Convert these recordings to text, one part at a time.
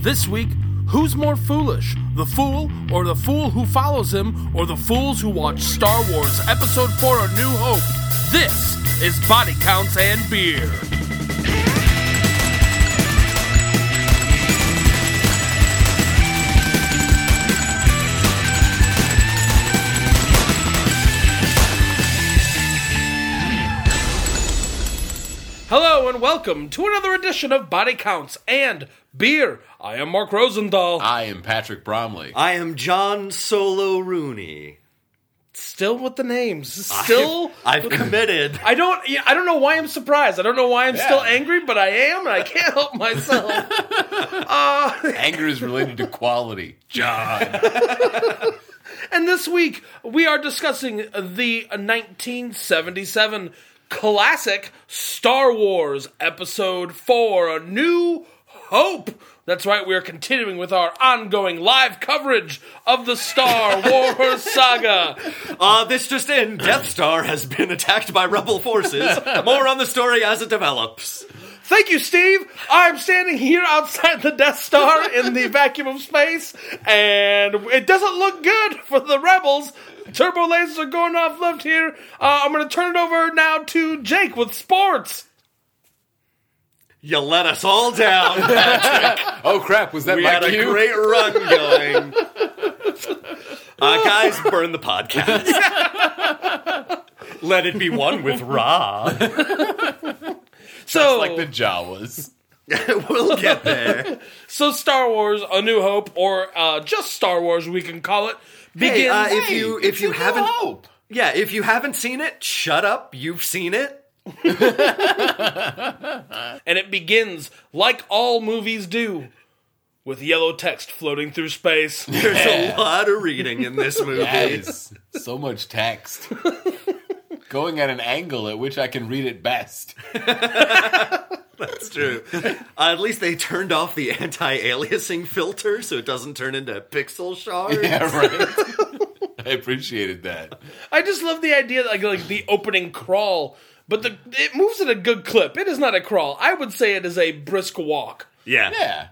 This week, who's more foolish? The fool, or the fool who follows him, or the fools who watch Star Wars Episode 4 A New Hope? This is Body Counts and Beer. Hello and welcome to another edition of Body Counts and Beer. I am Mark Rosendahl. I am Patrick Bromley. I am John Solo Rooney. Still with the names. Still I've, I've committed. I don't. yeah, I don't know why I'm surprised. I don't know why I'm still Yeah. angry, but I am, and I can't help myself. Anger is related to quality. John. and this week we are discussing the 1977 classic Star Wars Episode Four: A New Hope. That's right. We are continuing with our ongoing live coverage of the Star Wars saga. Uh, this just in, Death Star has been attacked by rebel forces. More on the story as it develops. Thank you, Steve. I'm standing here outside the Death Star in the vacuum of space, and it doesn't look good for the rebels. Turbo lasers are going off left here. Uh, I'm going to turn it over now to Jake with sports. You let us all down. Oh crap, was that We my had a cue? great run going. Uh, guys, burn the podcast. let it be one with Ra. So, like the Jawas. we'll get there. so Star Wars: A New Hope, or uh, just Star Wars, we can call it. Begins. Hey, uh, if you Hey, if you it's a haven't hope. yeah if you haven't seen it, shut up. You've seen it. and it begins like all movies do with yellow text floating through space. There's a lot of reading in this movie. That is so much text. Going at an angle at which I can read it best. That's true. Uh, at least they turned off the anti-aliasing filter, so it doesn't turn into pixel shards. Yeah, right. I appreciated that. I just love the idea that like, like the opening crawl, but the it moves at a good clip. It is not a crawl. I would say it is a brisk walk, Yeah. Yeah.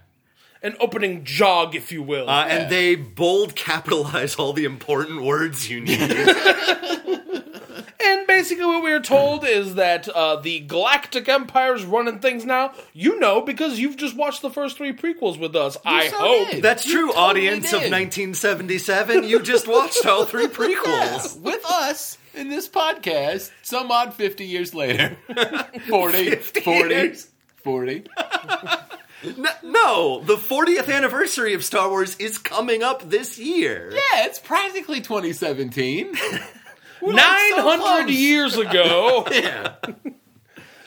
an opening jog, if you will. Uh, and they bold capitalize all the important words you need. and basically, what we are told is that uh, the Galactic Empire is running things now. You know because you've just watched the first three prequels with us. I so hope. did. That's You true, totally audience of did. 1977. You just watched all three prequels. With us in this podcast, some odd 50 years later. 40, 40, years. 40. N- No, the 40th anniversary of Star Wars is coming up this year. Yeah, it's practically 2017. Nine hundred close. years ago. Yeah.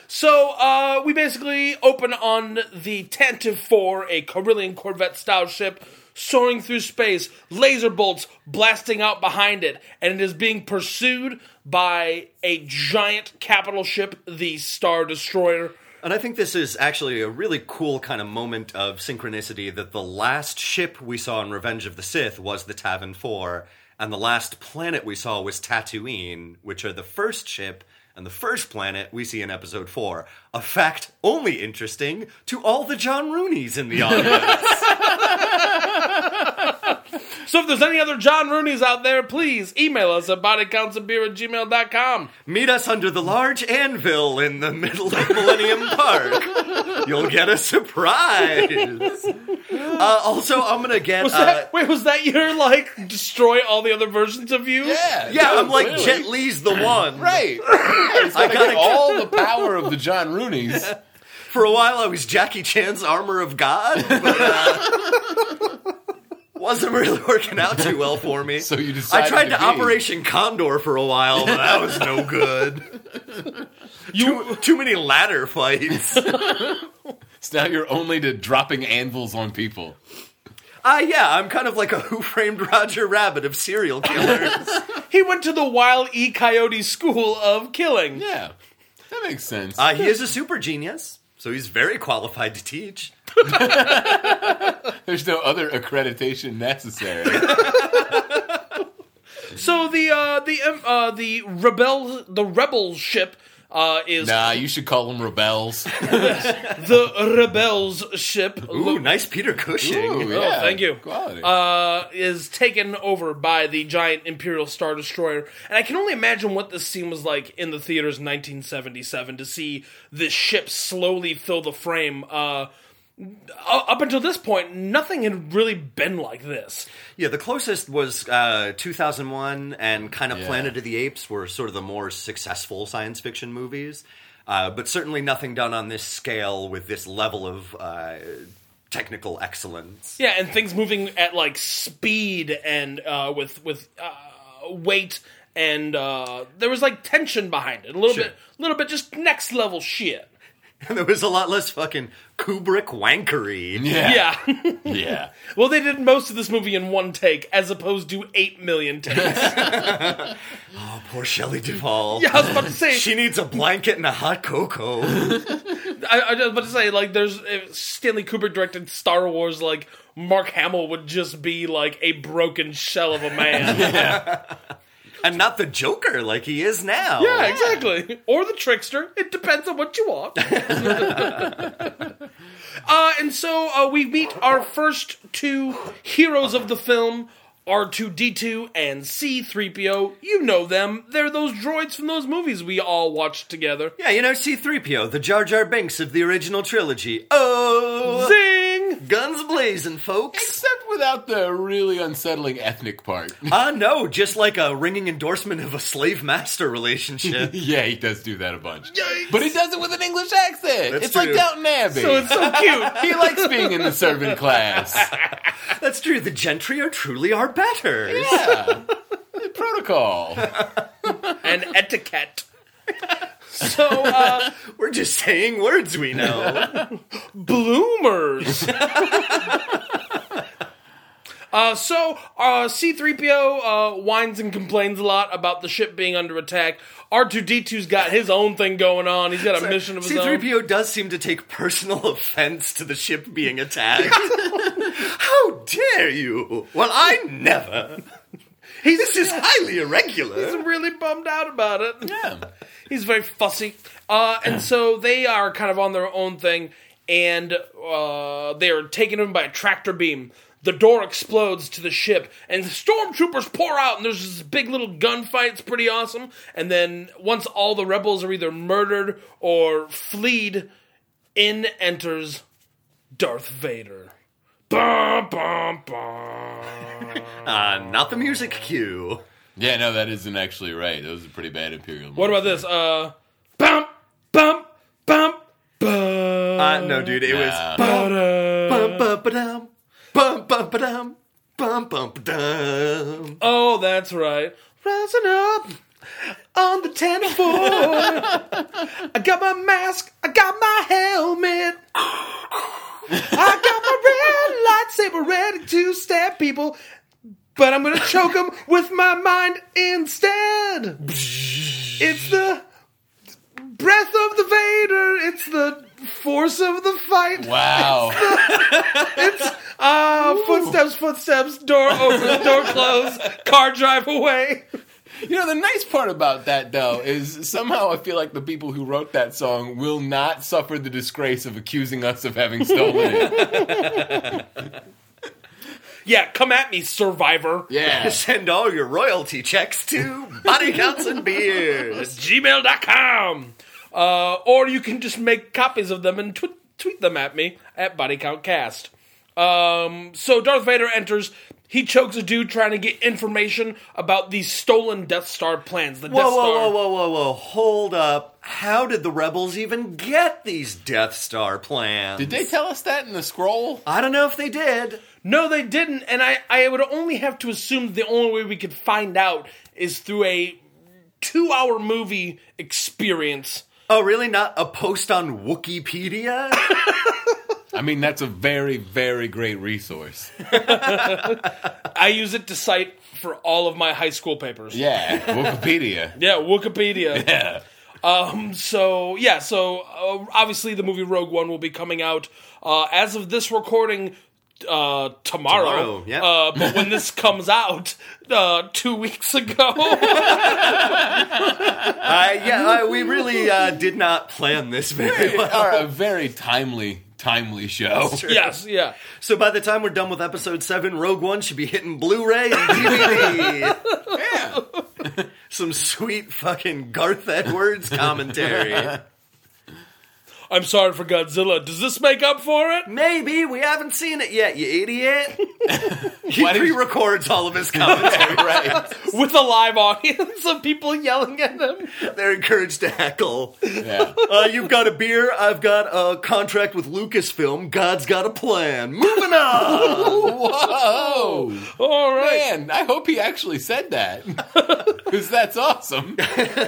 So uh, we basically open on the Tantive Four, a Carillion Corvette style ship, soaring through space, laser bolts blasting out behind it, and it is being pursued by a giant capital ship, the Star Destroyer. And I think this is actually a really cool kind of moment of synchronicity that the last ship we saw in Revenge of the Sith was the Tavern 4, and the last planet we saw was Tatooine, which are the first ship and the first planet we see in episode 4. A fact only interesting to all the John Rooneys in the audience. So if there's any other John Rooney's out there, please email us at bodycountsofbeer at gmail.com. Meet us under the large anvil in the middle of Millennium Park. You'll get a surprise. Uh, also, I'm going to get. Was uh, that, wait, was that your, like, destroy all the other versions of you? Yeah. yeah, no, I'm like, clearly. Jet Li's the one. Right. Yeah, it's gotta I gotta get all the power of the John Rooneys. For a while, I was Jackie Chan's Armor of God, but uh, wasn't really working out too well for me. So you decided I tried to, to be. Operation Condor for a while, but that was no good. too, too many ladder fights. So now you're only to dropping anvils on people. Ah, yeah, I'm kind of like a Who Framed Roger Rabbit of serial killers. He went to the Wild E. Coyote School of Killing. Yeah. That makes sense. uh, he is a super genius, so he's very qualified to teach. There's no other accreditation necessary. So the uh, the um, uh, the rebel the rebel ship uh, is Nah, you should call them rebels. the Rebels ship. Ooh, nice Peter Cushing. Ooh, Oh, thank you. Quality. uh, is taken over by the giant Imperial Star Destroyer. And I can only imagine what this scene was like in the theaters in 1977 to see this ship slowly fill the frame. Uh, u- up until this point, nothing had really been like this. Yeah, the closest was uh, 2001 and kind of Planet of the Apes were sort of the more successful science fiction movies, uh, but certainly nothing done on this scale with this level of uh, technical excellence. Yeah, and things moving at like speed and uh, with with uh, weight, and uh, there was like tension behind it a little Sure. bit, a little bit, just next level shit. And there was a lot less fucking Kubrick wankery. yeah. yeah. Yeah. yeah. Well, they did most of this movie in one take, as opposed to eight million takes. Poor Shelley Duvall. I was about to say, She needs a blanket and a hot cocoa. I, I was about to say, like, there's if Stanley Kubrick directed Star Wars, like Mark Hamill would just be like a broken shell of a man. and not the Joker like he is now. yeah, exactly. Or the trickster. It depends on what you want. uh, and so uh, we meet our first two heroes of the film. R2D2 and C3PO, you know them. They're those droids from those movies we all watched together. Yeah, you know, C3PO, the Jar Jar Binks of the original trilogy. Oh! Zing! Guns blazing, folks! Except without the really unsettling ethnic part. Ah, no, just like a ringing endorsement of a slave master relationship. yeah, he does do that a bunch. Yikes. But he does it with an English accent. That's it's true. like Downton Abbey. So it's so cute. he likes being in the servant class. That's true, the gentry are truly our betters. Yeah. Protocol. and etiquette. So, uh, We're just saying words we know. bloomers. Uh, so, uh, C3PO uh, whines and complains a lot about the ship being under attack. R2D2's got his own thing going on. He's got a mission of his own. C3PO does seem to take personal offense to the ship being attacked. How dare you? Well, I never. this is highly irregular. He's really bummed out about it. Yeah. He's very fussy. Uh, and so they are kind of on their own thing, and uh, they are taken in by a tractor beam. The door explodes to the ship, and the stormtroopers pour out, and there's this big little gunfight. It's pretty awesome. And then once all the rebels are either murdered or fleed, in enters Darth Vader. Bum, bum, bum. Uh, not the music cue. Yeah, no, that isn't actually right. That was a pretty bad Imperial. what about this? Uh, bump, bump, bump, bump. Uh, no, dude, it was. Uh, Bum, bum, ba-dum. Bum, bum, ba-dum. Bum, bum, ba-dum. Oh, that's right. Rising up on the ten floor. I got my mask. I got my helmet. I got my red lightsaber ready to stab people, but I'm gonna choke them with my mind instead. It's the breath of the Vader. It's the force of the fight. Wow. Ah, footsteps, footsteps. Door open, door closed. Car drive away. you know, the nice part about that, though, is somehow I feel like the people who wrote that song will not suffer the disgrace of accusing us of having stolen it. Yeah, come at me, survivor. Yeah. Send all your royalty checks to Body Counts and Beers. Gmail.com. Uh, or you can just make copies of them and tw- tweet them at me at BodyCountCast. Um, so Darth Vader enters. He chokes a dude trying to get information about these stolen Death Star plans. The Death Whoa, Star. whoa, whoa, whoa, whoa, whoa. Hold up. How did the rebels even get these Death Star plans? Did they tell us that in the scroll? I don't know if they did. No, they didn't. And I, I would only have to assume the only way we could find out is through a two hour movie experience. Oh, really? Not a post on Wikipedia? I mean, that's a very, very great resource. I use it to cite for all of my high school papers. Yeah. Wikipedia. Yeah, Wikipedia. Yeah. So yeah, so uh, obviously the movie Rogue One will be coming out uh, as of this recording uh, tomorrow. Tomorrow, Oh, yeah. Uh, but when this comes out, uh, two weeks ago. Uh, yeah, uh, we really uh, did not plan this very well. Are a very timely, timely show. yes, yeah. So by the time we're done with episode seven, Rogue One should be hitting Blu-ray and DVD. Yeah. Some sweet fucking Garth Edwards commentary. I'm sorry for Godzilla. Does this make up for it? Maybe we haven't seen it yet, you idiot. He Why did you- pre-records all of his commentary. Right. With a live audience of people yelling at him. They're encouraged to heckle. Yeah. Uh, you've got a beer. I've got a contract with Lucasfilm. God's got a plan. Moving on. Whoa. All right. Man, I hope he actually said that. Because that's awesome.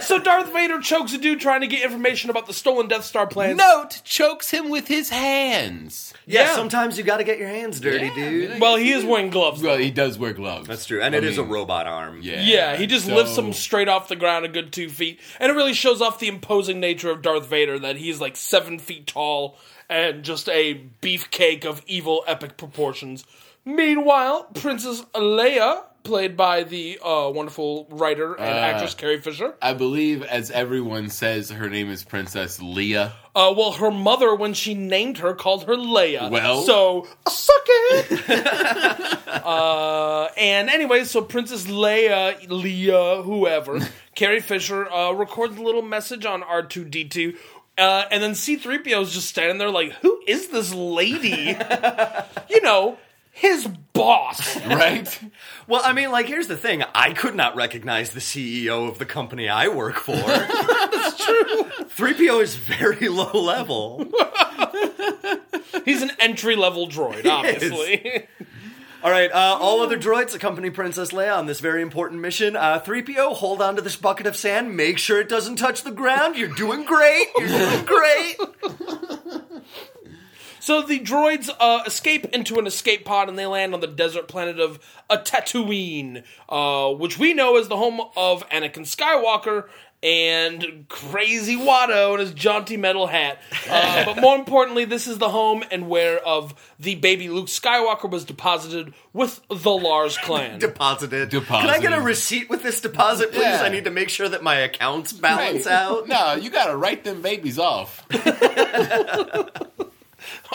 So Darth Vader chokes a dude trying to get information about the stolen Death Star plans. Note chokes him with his hands. yeah, Yeah. sometimes you got to get your hands dirty, Yeah, dude. man. Well, he is wearing gloves. Well, he does wear gloves. That's true, and I it is mean, a robot arm. Yeah. Yeah, he just so- lifts him straight off the ground a good two feet, and it really shows off the imposing nature of Darth Vader that he's like seven feet tall and just a beefcake of evil epic proportions. Meanwhile, Princess Leia, played by the uh, wonderful writer and actress Carrie Fisher, I believe, as everyone says, her name is Princess Leia. uh, well, her mother when she named her called her Leia. Well. so suck it. uh, and anyway, so Princess Leia, Leia, whoever, Carrie Fisher uh, records a little message on R two D two. Uh, and then C3PO is just standing there like, who is this lady? you know, his boss. Right? Well, I mean, like, here's the thing. I could not recognize the CEO of the company I work for. That's true. 3PO is very low level. He's an entry level droid, obviously. All right, uh, all other droids accompany Princess Leia on this very important mission. Uh, 3PO, hold on to this bucket of sand. Make sure it doesn't touch the ground. You're doing great. You're doing great. So the droids uh, escape into an escape pod and they land on the desert planet of a Tatooine, uh, which we know is the home of Anakin Skywalker and crazy Watto in his jaunty metal hat. Uh, but more importantly, this is the home and where of the baby Luke Skywalker was deposited with the Lars clan. Deposited. Can I Deposited. get a receipt with this deposit, please? Yeah. I need to make sure that my accounts balance Right. out. No, you gotta write them babies off.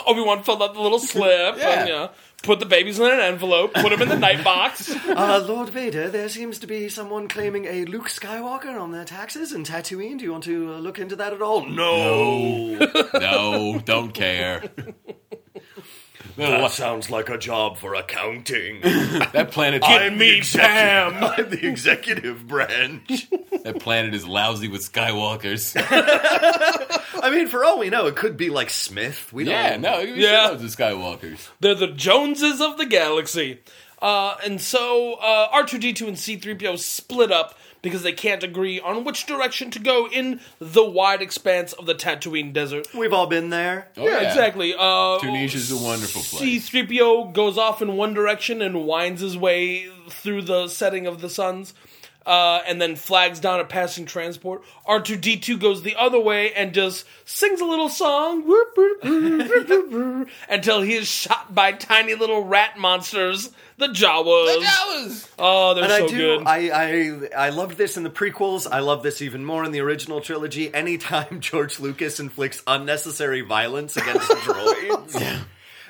Obi Wan filled out the little slip. Yeah. And, yeah, Put the babies in an envelope, put them in the night box. Uh, Lord Vader, there seems to be someone claiming a Luke Skywalker on their taxes in Tatooine. Do you want to uh, look into that at all? No. No, don't care. That that sounds like a job for accounting. planet, I'm me, Pam. I'm the executive branch. that planet is lousy with Skywalkers. I mean, for all we know, it could be like Smith. We Yeah, don't. no, it Yeah. yeah. loves the Skywalkers. They're the Joneses of the galaxy. Uh, and so uh, R2D2 and C3PO split up because they can't agree on which direction to go in the wide expanse of the Tatooine desert. We've all been there. Oh, Yeah, exactly. Uh, Tunisia's a wonderful place. C3PO goes off in one direction and winds his way through the setting of the suns. Uh, and then flags down a passing transport. R2D2 goes the other way and just sings a little song whoop, whoop, whoop, whoop, whoop, whoop, until he is shot by tiny little rat monsters, the Jawas. oh, they're And so I do. good. I, I I loved this in the prequels. I love this even more in the original trilogy. Anytime George Lucas inflicts unnecessary violence against droids.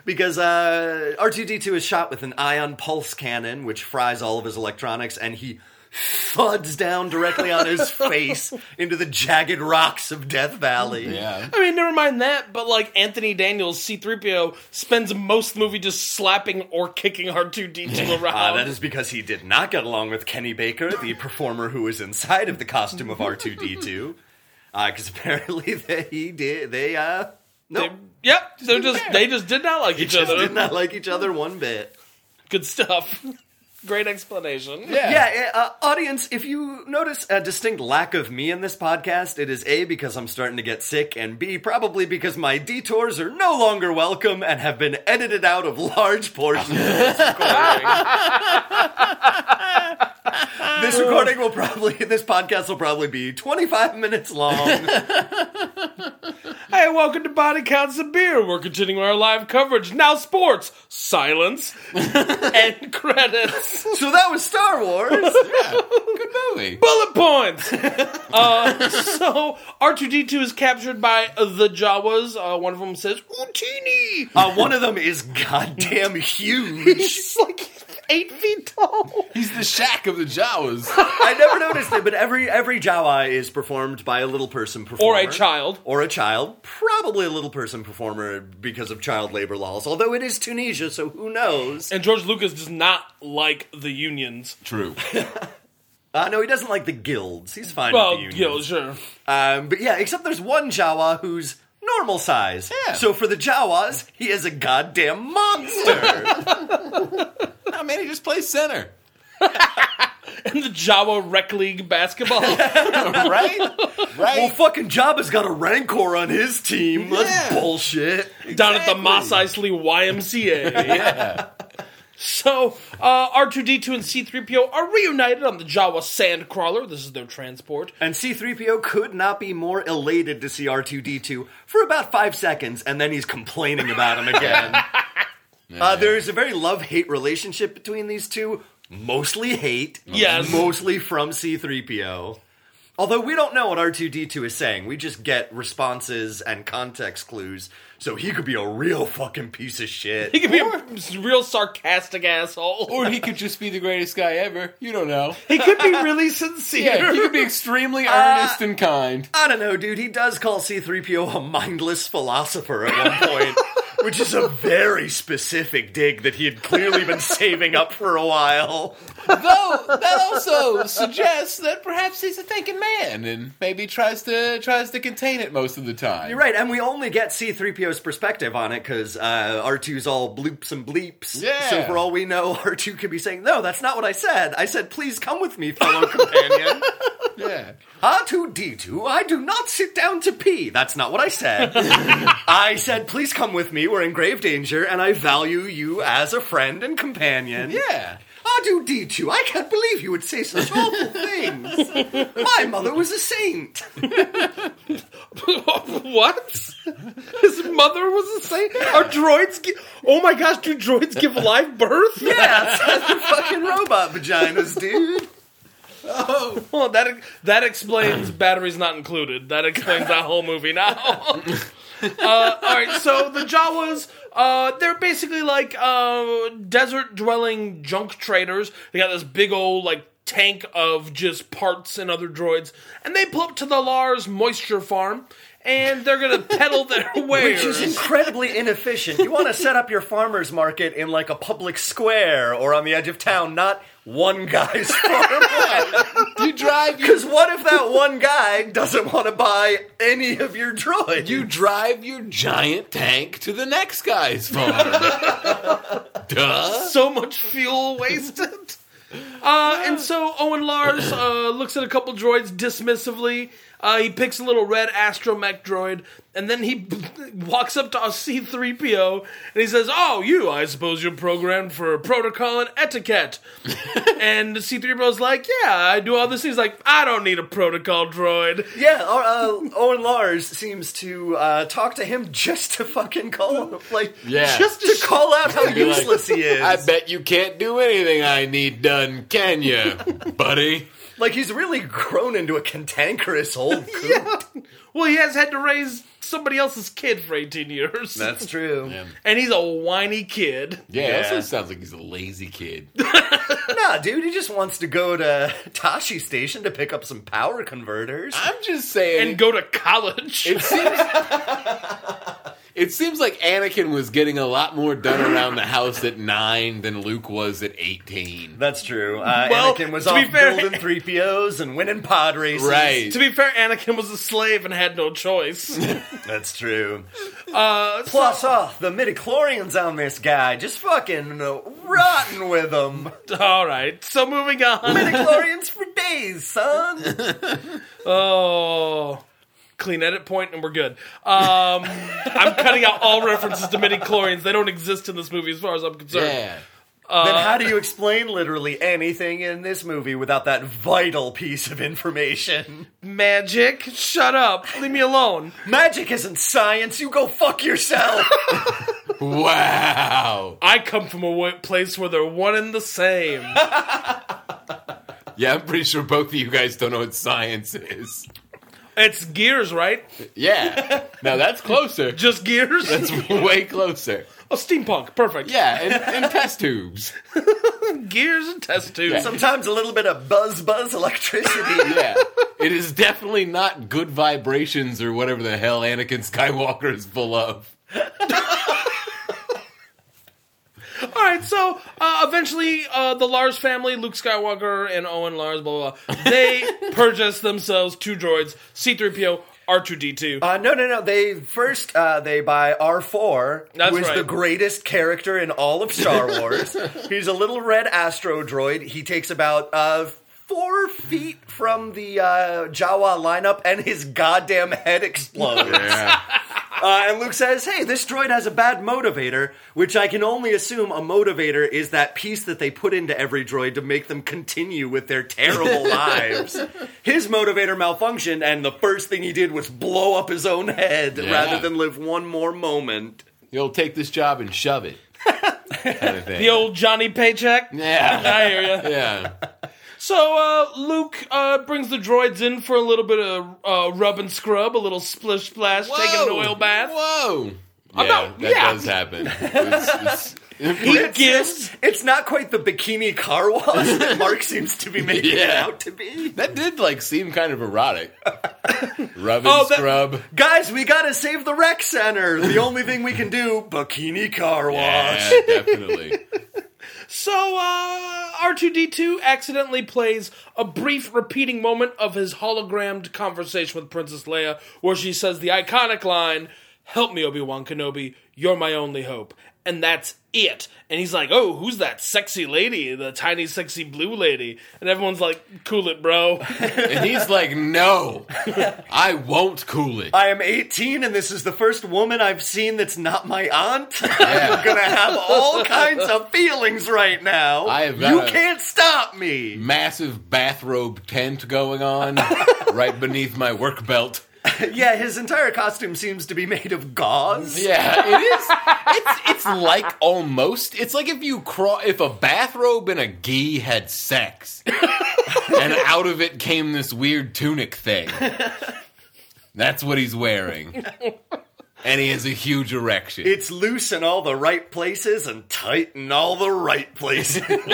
Because uh, R2D2 is shot with an ion pulse cannon, which fries all of his electronics, and he thuds down directly on his face into the jagged rocks of Death Valley. Yeah. I mean, never mind that, but like Anthony Daniels, C3PO, spends most of the movie just slapping or kicking R2D2 around. Uh, that is because he did not get along with Kenny Baker, the performer who was inside of the costume of R two D two, because apparently they he did they uh They- no yep, they just they just did not like each just other. did not like each other one bit. Good stuff. Great explanation. Yeah. Yeah, uh, audience, if you notice a distinct lack of me in this podcast, it is a because I'm starting to get sick, and b probably because my detours are no longer welcome and have been edited out of large portions. this recording will probably this podcast will probably be 25 minutes long Hey, welcome to Body Counts of Beer. We're continuing our live coverage. Now, sports, silence, and credits. So that was Star Wars. Good movie. Bullet points! Uh, so, R2D2 is captured by the Jawas. Uh, one of them says, Utini! uh, one of them is goddamn huge. He's like eight feet tall. He's the Shack of the Jawas. I never noticed it, but every every Jawa is performed by a little person performer Or a child. or a child, probably a little person performer because of child labor laws. Although it is Tunisia, so who knows? And George Lucas does not like the unions. True. Uh, no, he doesn't like the guilds. He's fine Well, with the unions. yeah, sure. Um, but yeah, except there's one Jawa who's normal size. Yeah. So for the Jawas, he is a goddamn monster. No, man, he just plays center. And the Jawa Rec League basketball. Right? well, Right? fucking Jabba's got a Rancor on his team. That's Yeah. bullshit. down at the Exactly. Moss Isley YMCA. So uh, R2D2 and C3PO are reunited on the Jawa sand crawler. This is their transport. And C3PO could not be more elated to see R2D2 for about five seconds, and then he's complaining about him again. Uh, there is a very love hate relationship between these two. Mostly hate. Yes. Mostly from C3PO. Although we don't know what R2D2 is saying, we just get responses and context clues, so he could be a real fucking piece He of shit. could be a real sarcastic asshole. Or he could just be the greatest guy ever. You don't know. He could be really sincere. Yeah, he could be extremely earnest and kind. I don't know, dude. He does call C3PO a mindless philosopher at one point, which is a very specific dig that he had clearly been saving up for a while. Though that also suggests that perhaps he's a thinking man and maybe tries to tries to contain it most of the time. You're right, and we only get C3PO's perspective on it because uh, R2's all bloops and bleeps. Yeah. So for all we know, R2 could be saying, No, that's not what I said. I said, Please come with me, fellow companion. Yeah. R2D2, I do not sit down to pee. That's not what I said. I said, Please come with me. We're in grave danger, and I value you as a friend and companion. Yeah. R2D2, I can't believe you would say such awful things. My mother was a saint. what? His mother was a saint? Are droids. Gi- oh my gosh, do droids give live birth? Yeah, that's the fucking robot vaginas, dude. Well, that that explains batteries not included. That explains that whole movie now. uh, all right, so the Jawas, uh, they're basically like uh, desert dwelling junk traders. They got this big old like tank of just parts and other droids, and they pull up to the Lars moisture farm, and they're gonna peddle their wares. Which is incredibly inefficient. You want to set up your farmer's market in like a public square or on the edge of town, not one guy's farm. You drive your Because what if that one guy doesn't want to buy any of your droids? you drive your giant tank to the next guy's farm. Duh. so much fuel wasted. Uh, and so Owen Lars uh, looks at a couple droids dismissively. Uh, he picks a little red astromech droid, and then he walks up to a C-3PO, and he says, "Oh, you? I suppose you're programmed for protocol and etiquette." and the C-3PO's like, "Yeah, I do all this." He's like, "I don't need a protocol droid." Yeah, or, uh, Owen Lars seems to uh, talk to him just to fucking call him, like, Yeah. just to call out how Be like, useless he is. I bet you can't do anything I need done, can you, buddy? Like he's really grown into a cantankerous old coot. Well, he has had to raise somebody else's kid for 18 years, true. and he's a whiny kid. Yeah, Yeah. also sounds like he's a lazy kid. Nah, dude, he just wants to go to Tashi Station to pick up some power converters. I'm just saying. and go to college. it seems. it seems like Anakin was getting a lot more done around the house at nine than Luke was at eighteen. That's true. Uh, Well, Anakin was to off be fair- building three POs and winning pod races. Right. to be fair, Anakin was a slave and had no choice. That's true. Uh, Plus, oh, the midi chlorians on this guy just fucking uh, rotten with them. All right, so moving on. midi chlorians for days, son. Oh, clean edit point, and we're good. Um, I'm cutting out all references to midi chlorians. They don't exist in this movie, as far as I'm concerned. Yeah. then how do you explain literally anything in this movie without that vital piece of information? Magic, shut up. Leave me alone. Magic isn't science. You go fuck yourself. Wow. I come from a w- place where they're one and the same. Yeah, I'm pretty sure both of you guys don't know what science is. it's gears, right? Yeah. Now that's closer. Just gears? That's way closer. oh, steampunk. Perfect. Yeah, and, and test tubes. Gears and test tubes. Yeah. Sometimes a little bit of buzz buzz electricity. Yeah. It is definitely not good vibrations or whatever the hell Anakin Skywalker is full of. All right, so uh, eventually uh, the Lars family, Luke Skywalker and Owen Lars, blah, blah, blah, they purchase themselves two droids, C-3PO, R2-D2. Uh, no, no, no. They first uh, they buy R four, That's who is right. the greatest character in all of Star Wars. He's a little red astro droid. He takes about uh, four feet from the uh, Jawa lineup, and his goddamn head explodes. Yeah. Uh, and Luke says, "Hey, this droid has a bad motivator, which I can only assume a motivator is that piece that they put into every droid to make them continue with their terrible lives." His motivator malfunctioned, and the first thing he did was blow up his own head Yeah. rather than live one more moment. You'll take this job and shove it. kind of thing. The old Johnny paycheck. yeah. I hear you. Yeah. So uh, Luke uh, brings the droids in for a little bit of uh, rub and scrub, a little splish splash, taking an Whoa. oil bath. Whoa. Yeah, not- that yeah. does happen. It's- it's- He gives It's not quite the bikini car wash that Mark seems to be making it Yeah. out to be. that did like seem kind of erotic. Rub and Oh, that- scrub. Guys, we gotta save the rec center. The only thing we can do, bikini car wash. Yeah, definitely. So, uh, R2D2 accidentally plays a brief repeating moment of his hologrammed conversation with Princess Leia, where she says the iconic line, Help me, Obi Wan Kenobi, you're my only hope. And that's it. And he's like, Oh, who's that sexy lady? The tiny, sexy blue lady. And everyone's like, Cool it, bro. And he's like, no, I won't cool it. I am 18 and this is the first woman I've seen that's not my aunt. Yeah. I'm going to have all kinds of feelings right now. I have you got a- can't stop me. Massive bathrobe tent going on right beneath my work belt. Yeah, his entire costume seems to be made of gauze. Yeah, it is. It's it's like almost. It's like if you craw if a bathrobe and a gi had sex, and out of it came this weird tunic thing. That's what he's wearing, and he has a huge erection. It's loose in all the right places and tight in all the right places.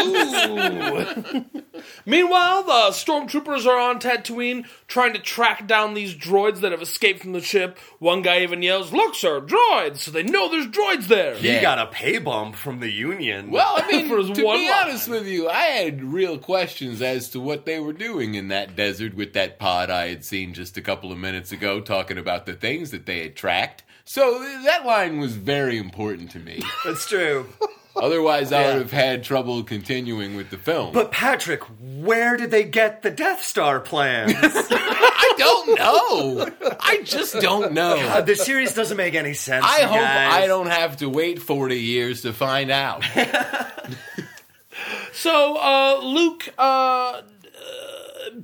Meanwhile, the stormtroopers are on Tatooine trying to track down these droids that have escaped from the ship. One guy even yells, Look, sir, droids! So they know there's droids there. he Yeah. got a pay bump from the union. Well, I mean, For his to one be line. honest with you, I had real questions as to what they were doing in that desert with that pod I had seen just a couple of minutes ago talking about the things that they had tracked. So th- that line was very important to me. that's true. Otherwise, I Yeah. would have had trouble continuing with the film. But Patrick, where did they get the Death Star plans? I don't know. I just don't know. Uh, the series doesn't make any sense. I you hope guys. I don't have to wait 40 years to find out. So uh, Luke uh, uh,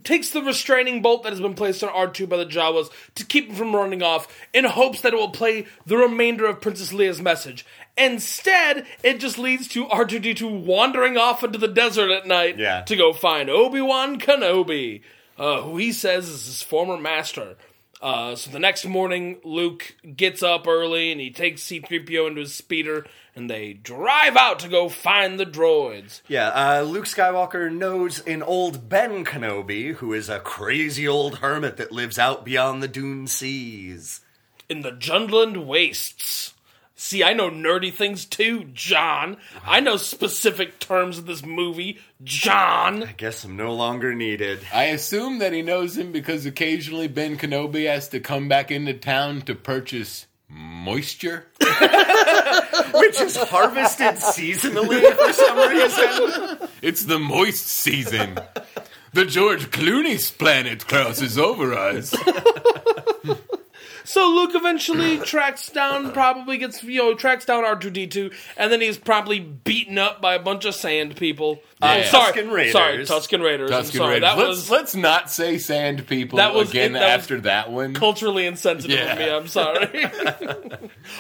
takes the restraining bolt that has been placed on R two by the Jawas to keep him from running off, in hopes that it will play the remainder of Princess Leia's message. Instead, it just leads to R two D two wandering off into the desert at night Yeah. to go find Obi Wan Kenobi, uh, who he says is his former master. Uh, so the next morning, Luke gets up early and he takes C3PO into his speeder, and they drive out to go find the droids. Yeah, uh, Luke Skywalker knows an old Ben Kenobi, who is a crazy old hermit that lives out beyond the Dune Seas. in the Jundland Wastes. See, I know nerdy things too, John. I know specific terms of this movie, John. I guess I'm no longer needed. I assume that he knows him because occasionally Ben Kenobi has to come back into town to purchase moisture. Which is harvested seasonally for some reason. It's the moist season. The George Clooney's planet crosses over us. So Luke eventually tracks down, probably gets you know tracks down R two D two, and then he's probably beaten up by a bunch of sand people. Uh, Yeah. sorry, Tusken Raiders. sorry, Tuscan Raiders. I'm Tusken sorry, Raiders. that let's, was let's not say sand people That was- again that was- after that one. culturally insensitive Yeah. of me. I'm sorry.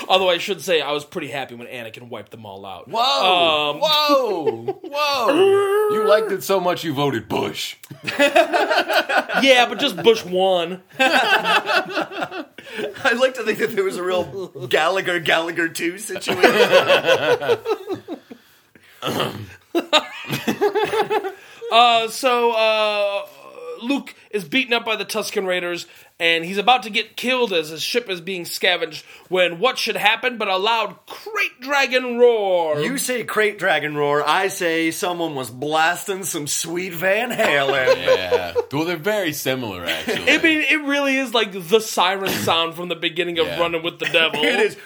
Although I should say I was pretty happy when Anakin wiped them all out. Whoa! Um, whoa! Whoa! you liked it so much you voted Bush. Yeah, but just Bush won. I like to think that there was a real Gallagher Gallagher two situation. so uh, Luke is beaten up by the Tuscan Raiders, and he's about to get killed as his ship is being scavenged. When what should happen but a loud crate dragon roar? you say crate dragon roar. I say someone was blasting some sweet Van Halen. Yeah. Well, they're very similar, actually. I mean, it really is like the siren sound from the beginning of Yeah. Running with the Devil. it is.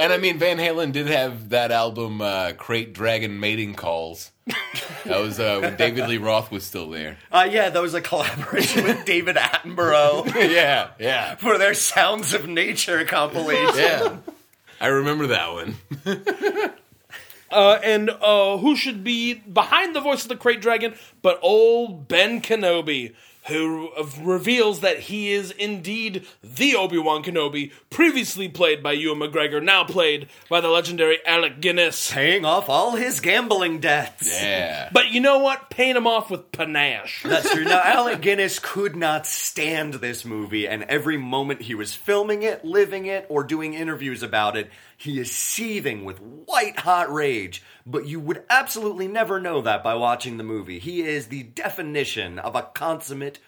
and I mean, Van Halen did have that album, uh, Crate Dragon Mating Calls. That was uh, when David Lee Roth was still there. Uh, yeah, that was a collaboration with David Attenborough yeah, yeah, for their Sounds of Nature compilation. yeah. I remember that one. Uh, and uh, who should be behind the voice of the crate dragon but old Ben Kenobi, who uh, reveals that he is indeed the Obi Wan Kenobi, previously played by Ewan McGregor, now played by the legendary Alec Guinness. Paying off all his gambling debts. Yeah. But you know what? Paint him off with panache. That's true. Now, Alec Guinness could not stand this movie, and every moment he was filming it, living it, or doing interviews about it, he is seething with white hot rage. But you would absolutely never know that by watching the movie. He is the definition of a consummate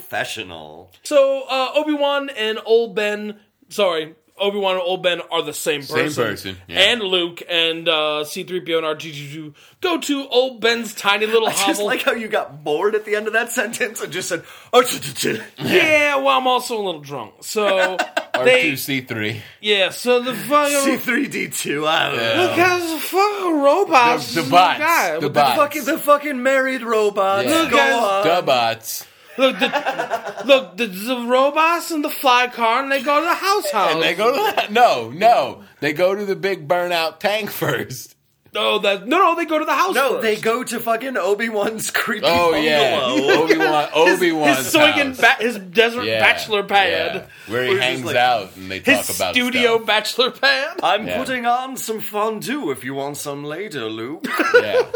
professional. So uh, Obi Wan and Old Ben, sorry, Obi Wan and Old Ben are the same person. person, yeah. And Luke and uh, C three PO and R two D two go to Old Ben's tiny little I just hovel. like how you got bored at the end of that sentence and just said, oh, tch, tch, tch." yeah, well, I'm also a little drunk, so they R2C3. yeah. So the fucking C3D2, I don't know. look at the fucking robots, The- the bots, Guy, the with bots. Fucking the fucking married robots. Yeah. Go Guys, on. Dubots. Look, the, look the, the robots and the fly car, and they go to the house house. And they go to that. No, no. They go to the big burnout tank first. oh, that no, no, they go to the house. No, first. they go to fucking Obi Wan's creepy Oh, yeah. bungalow. Obi Wan. Obi Wan's. his swinging house. ba- his desert Yeah, bachelor pad, yeah. Where We're he just hangs like- out and they talk his about studio stuff. bachelor pad. I'm Yeah. putting on some fondue if you want some later, Luke. Yeah.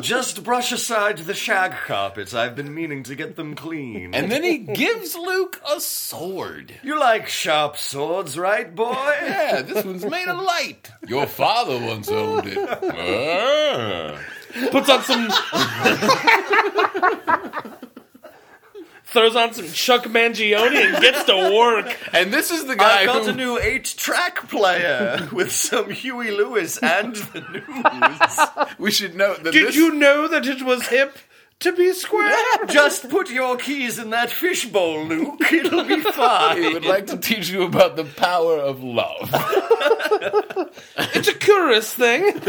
Just brush aside the shag carpets. I've been meaning to get them clean. And then he gives Luke a sword. you like sharp swords, right, boy? Yeah, this one's made of light. Your father once owned it. Ah. Puts on some. Throws on some Chuck Mangione and gets to work. And this is the I guy got who a new eight-track player with some Huey Lewis and the news. we should know that Did this, you know that it was hip to be square? Just put your keys in that fishbowl, Luke. It'll be fine. he would like to teach you about the power of love. It's a curious thing.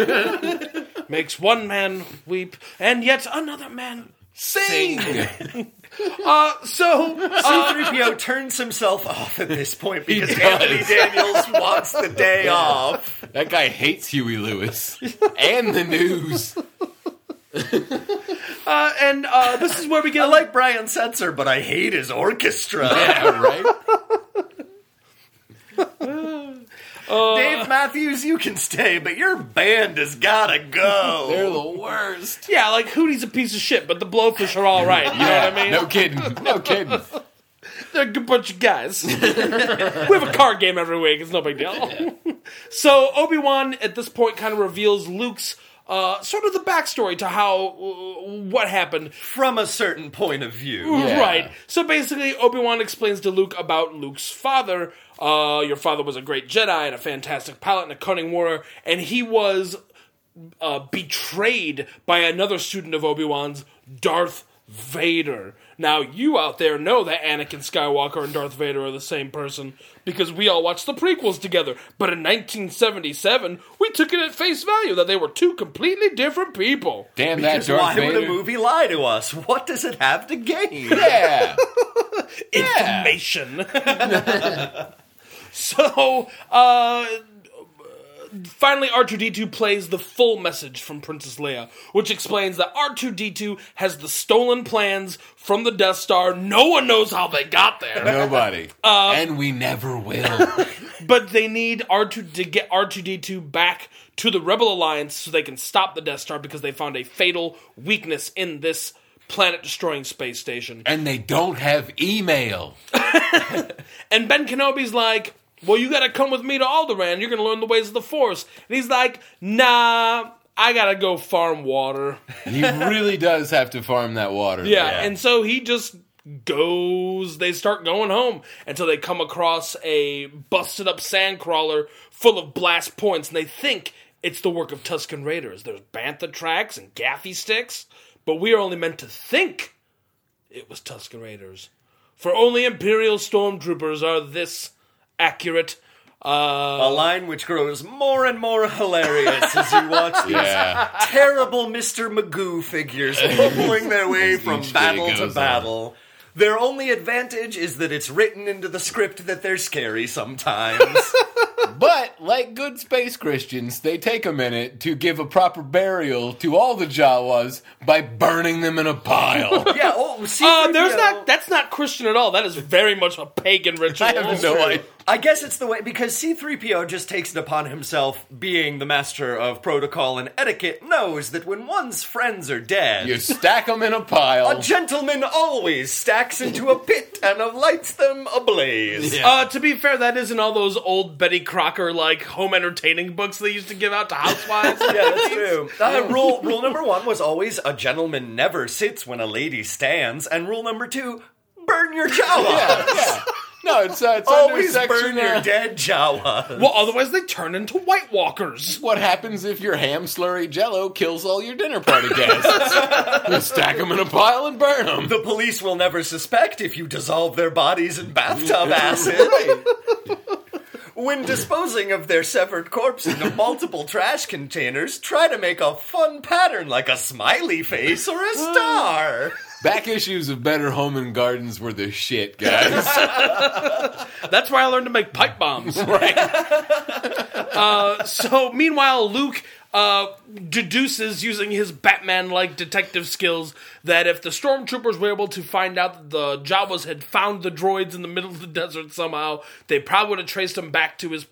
Makes one man weep and yet another man. Sing. Uh, so uh, C3PO Uh, turns himself off at this point because Anthony Daniels wants the day off. That guy hates Huey Lewis and the news. uh, and uh, this is where we I get like Brian Setzer, but I hate his orchestra. Yeah, right. Dave Matthews, you can stay, but your band has gotta They're go. the worst. yeah, like Hootie's a piece of shit, but the Blowfish are all right. You know what I mean? No kidding. No kidding. They're a good bunch of guys. we have a card game every week. It's no big deal. so Obi Wan at this point kind of reveals Luke's uh, sort of the backstory to how uh, what happened. From a certain point of view. Yeah. Right. So basically, Obi Wan explains to Luke about Luke's father. Uh, your father was a great Jedi and a fantastic pilot and a cunning warrior, and he was uh, betrayed by another student of Obi Wan's, Darth Vader. Now, you out there know that Anakin Skywalker and Darth Vader are the same person because we all watched the prequels together. But in 1977, we took it at face value that they were two completely different people. Damn that Because Darth why Vader. would a movie lie to us? What does it have to gain? Yeah. information. so, uh, finally, R2D2 plays the full message from Princess Leia, which explains that R2D2 has the stolen plans from the Death Star. No one knows how they got there. Nobody. Uh, and we never will. But they need R2 to get R2D2 back to the Rebel Alliance so they can stop the Death Star because they found a fatal weakness in this planet destroying space station. and they don't have email. And Ben Kenobi's like, "Well, you got to come with me to Alderaan. You're going to learn the ways of the Force." And he's like, "Nah, I got to go farm water." He really does have to farm that water. Yeah, though. and so he just goes. They start going home until they come across a busted up sandcrawler full of blast points, and they think it's the work of Tuscan Raiders. There's bantha tracks and gaffy sticks, but we are only meant to think it was Tuscan Raiders, for only Imperial stormtroopers are this accurate. Uh, A line which grows more and more hilarious as you watch these yeah. terrible Mr. Magoo figures bumbling their way from Each day battle to goes battle. Their only advantage is that it's written into the script that they're scary sometimes. But like good space Christians, they take a minute to give a proper burial to all the Jawas by burning them in a pile. yeah, oh, see, Uh, there's not. That's not Christian at all. That is very much a pagan ritual. I have no idea. I guess it's the way because C3PO just takes it upon himself, being the master of protocol and etiquette, knows that when one's friends are dead, You stack them in a pile. a gentleman always stacks into a pit and lights them ablaze. Uh, to be fair, that isn't all those old Betty Crocker like home entertaining books they used to give out to housewives. Yeah, that's true. Uh, rule rule number one was always a gentleman never sits when a lady stands, and rule number two, burn your Jawa. yeah, yeah. No, it's, uh, it's Always under section. burn your uh, dead Jawa. Well, otherwise they turn into White Walkers. what happens if your ham slurry jello kills all your dinner party guests? you stack them in a pile and burn them. The police will never suspect if you dissolve their bodies in bathtub acid. When disposing of their severed corpse into multiple trash containers, try to make a fun pattern like a smiley face or a star. Back issues of Better Home and Gardens were the shit, guys. That's where I learned to make pipe bombs. Uh, right. so, meanwhile, Luke uh, deduces using his Batman like detective skills that if the stormtroopers were able to find out that the Jawas had found the droids in the middle of the desert somehow, they probably would have traced him back to his.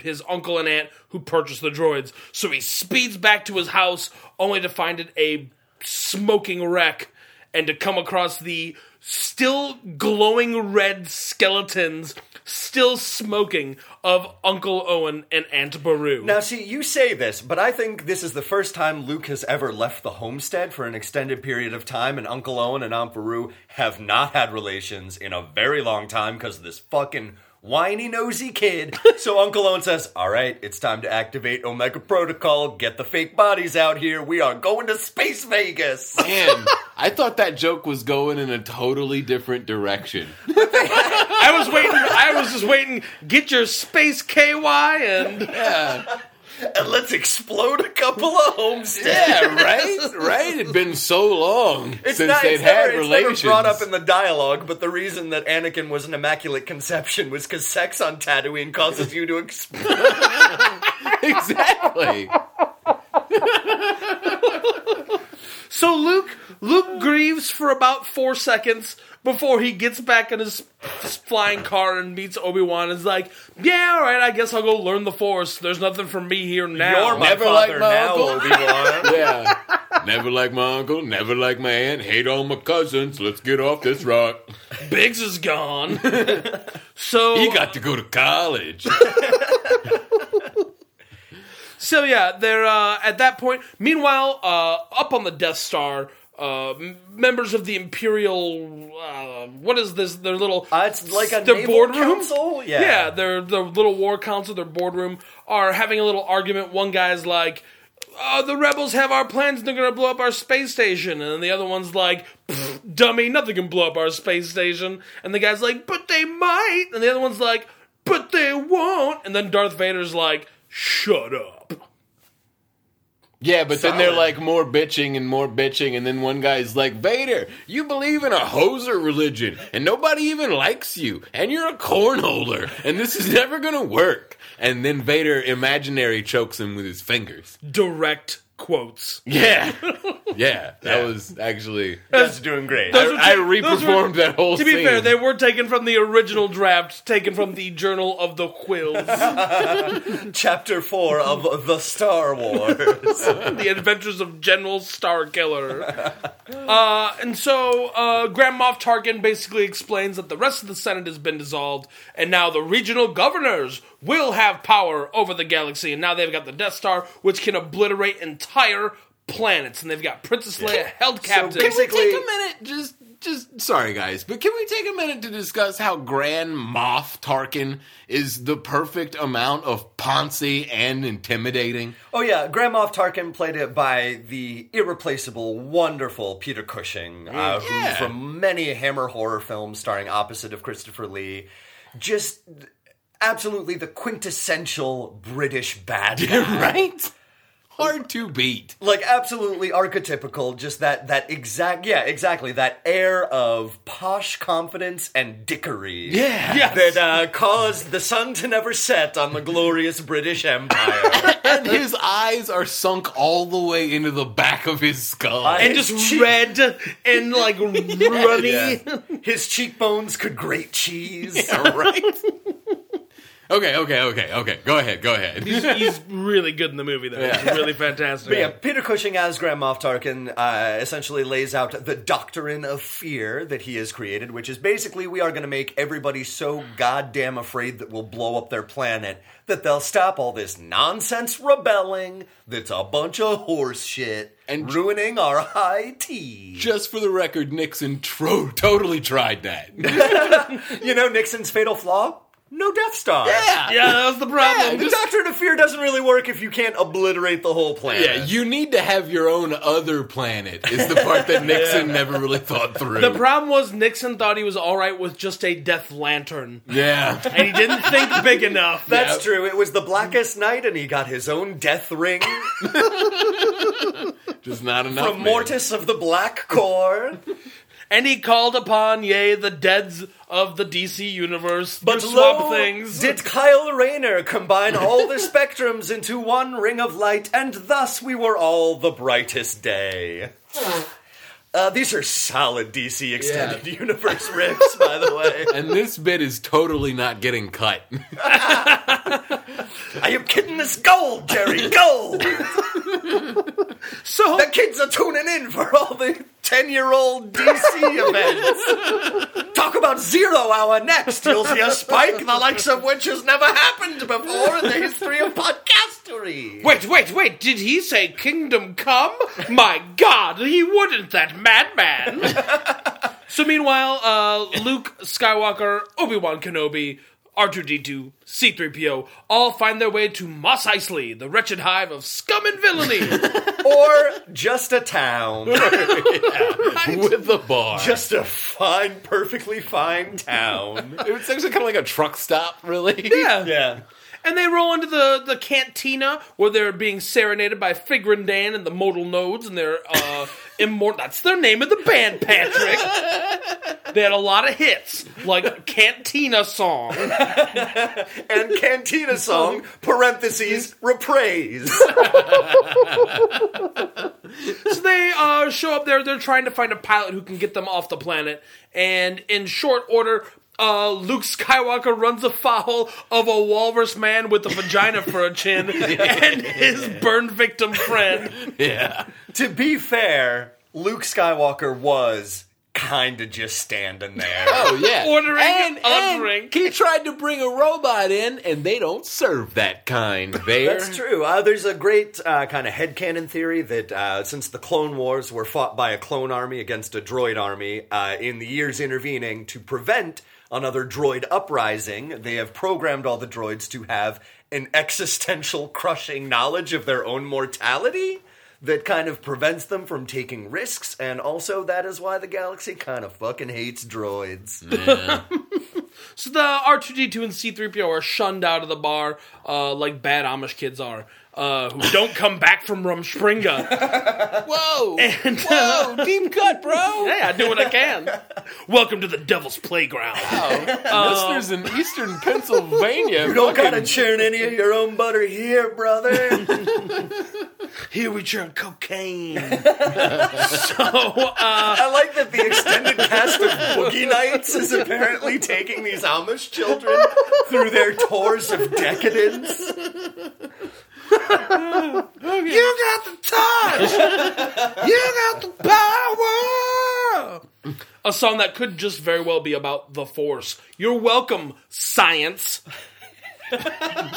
His uncle and aunt who purchased the droids. So he speeds back to his house only to find it a smoking wreck and to come across the still glowing red skeletons, still smoking, of Uncle Owen and Aunt Baru. Now, see, you say this, but I think this is the first time Luke has ever left the homestead for an extended period of time, and Uncle Owen and Aunt Beru have not had relations in a very long time because of this fucking whiny nosy kid. so Uncle Owen says, All right, it's time to activate Omega Protocol, get the fake bodies out here, we are going to Space Vegas. Man, I thought that joke was going in a totally different direction. I was waiting. I was just waiting. Get your space KY and and let's explode a couple of homesteads. Yeah, right? Right? It'd been so long It's since not, they'd it's had never, relations. It's never brought up in the dialogue, but the reason that Anakin was an immaculate conception was because sex on Tatooine causes you to explode. exactly. so Luke. Luke grieves for about four seconds before he gets back in his flying car and meets Obi Wan. Is like, yeah, all right. I guess I'll go learn the Force. There's nothing for me here now. You're my Never father liked my now, uncle. Obi Wan. Yeah. Never like my uncle, never like my aunt, hate all my cousins. Let's get off this rock. Biggs is gone. so He got to go to college. So yeah, they're uh, at that point. Meanwhile, uh, up on the Death Star, uh, m- members of the Imperial, uh, what is this? Their little Uh, it's like a their naval council? Yeah. yeah, their their little war council, their boardroom are having a little argument. One guy's like. Uh, the rebels have our plans and they're gonna blow up our space station. And then the other one's like, "Pfft, dummy, nothing can blow up our space station. And the guy's like, but they might. And the other one's like, but they won't. And then Darth Vader's like, shut up. Yeah, but then they're Solid. like more bitching and more bitching, and then one guy's like, Vader, you believe in a hoser religion, and nobody even likes you, and you're a cornholder, and this is never gonna work. And then Vader imaginary chokes him with his fingers. Direct quotes. Yeah. Yeah, that Yeah. was actually. That's doing great. I, Those were- I those were- reperformed that whole To be scene. fair, they were taken from the original draft, taken from the Journal of the Quills, Chapter four of the Star Wars. The Adventures of General Starkiller. Uh, and so, uh, Grand Moff Tarkin basically explains that the rest of the Senate has been dissolved, and now the regional governors will have power over the galaxy, and now they've got the Death Star, which can obliterate entire planets, and they've got Princess Leia held captive. Can we Basically- take a minute? Just, just sorry, guys, but can we take a minute to discuss how Grand Moff Tarkin is the perfect amount of poncy and intimidating? oh yeah, Grand Moff Tarkin played it by the irreplaceable, wonderful Peter Cushing, uh, Mm, Yeah. who from many Hammer horror films starring opposite of Christopher Lee, just absolutely the quintessential British bad guy. right? Hard to beat. like absolutely archetypical just that that exact yeah exactly that air of posh confidence and dickery Yeah. Yes. that uh, caused the sun to never set on the glorious british empire And his eyes are sunk all the way into the back of his skull. and His just cheek- red and like runny. Yeah. his cheekbones could grate cheese right? okay, okay, okay, okay. Go ahead, go ahead. He's really good in the movie, though. He's really fantastic. But yeah, Peter Cushing as Grand Moff Tarkin uh, essentially lays out the doctrine of fear that he has created, which is basically we are going to make everybody so goddamn afraid that we'll blow up their planet that they'll stop all this nonsense rebelling that's a bunch of horse shit And- and ruining our high tea. Just for the record, Nixon tro- totally tried that. You know Nixon's fatal flaw? No Death Star. Yeah, that was the problem. The doctrine of fear doesn't really work if you can't obliterate the whole planet. Yeah, you need to have your own other planet. Is the part that Nixon never really thought through. The problem was Nixon thought he was all right with just a death lantern, yeah, and he didn't think big enough. That's Yeah. true. It was the blackest night, and he got his own death ring just not enough. from man. Mortis of the Black Core. and he called upon, yea, the deads of the DC universe, But to swap lo, things. did Kyle Rayner combine all the spectrums into one ring of light, and thus we were all the brightest day. Uh, these are solid DC extended universe riffs, by the way. And this bit is totally not getting cut. Are you kidding? This gold, Jerry, gold. so the kids are tuning in for all the ten-year-old DC events. Talk about zero hour next. You'll see a spike the likes of which has never happened before in the history of podcastery. wait, wait, wait! Did he say Kingdom Come? My God, he wouldn't, that madman. so meanwhile, uh, Luke Skywalker, Obi Wan Kenobi. R2D2, C3PO, all find their way to Moss Eisley, the wretched hive of scum and villainy. or just a town. With the bar. just a fine, perfectly fine town. it's actually kind of like a truck stop, really. Yeah. And they roll into the, the cantina where they're being serenaded by Figrandan and the Modal Nodes and their uh, immortal. That's their name of the band, Patrick. they had a lot of hits, like Cantina Song. And Cantina song, parentheses, reprise. So they uh, show up there. They're trying to find a pilot who can get them off the planet. And in short order, uh, Luke Skywalker runs afoul of a walrus man with a vagina for a chin and his burn victim friend. Yeah. to be fair, Luke Skywalker was kinda just standing there. Oh, yeah. Ordering and, a and drink. He tried to bring a robot in, and they don't serve that kind there. That's true. Uh, there's a great uh, kind of headcanon theory that uh, since the Clone Wars were fought by a clone army against a droid army uh, in the years intervening to prevent another droid uprising, they have programmed all the droids to have an existential crushing knowledge of their own mortality that kind of prevents them from taking risks, and also that is why the galaxy kind of fucking hates droids. So the R2D2 and C3PO are shunned out of the bar, uh, like bad Amish kids are, uh, who don't come back from Rumspringa. Whoa! And, Whoa! Deep cut, bro! hey, I do what I can. Welcome to the Devil's Playground. Listeners in Eastern Pennsylvania. Um, You don't gotta churn any of your own butter here, brother. Here we churn cocaine. so, uh, I like that the extended cast of Boogie Nights is apparently taking these Amish children through their tours of decadence. You got the touch. you got the power. A song that could just very well be about the Force. You're welcome, science.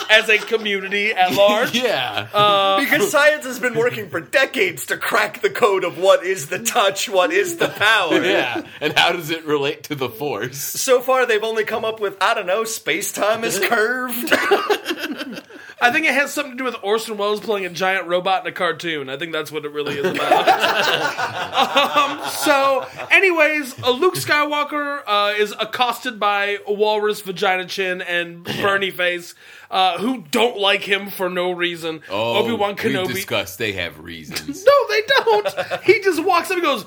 as a community at large. Yeah. Um, Because science has been working for decades to crack the code of what is the touch, what is the power. yeah. And how does it relate to the Force? So far, they've only come up with, I don't know, space time is curved. I think it has something to do with Orson Welles playing a giant robot in a cartoon. I think that's what it really is about. um, so, anyways, uh, Luke Skywalker uh, is accosted by Walrus Vagina Chin and Bernie Face, uh, who don't like him for no reason. Obi Wan We Kenobi. Oh, discussed they have reasons. no, they don't. he just walks up and goes,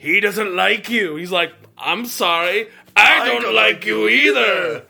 "He doesn't like you." He's like, "I'm sorry, I don't, like, you either."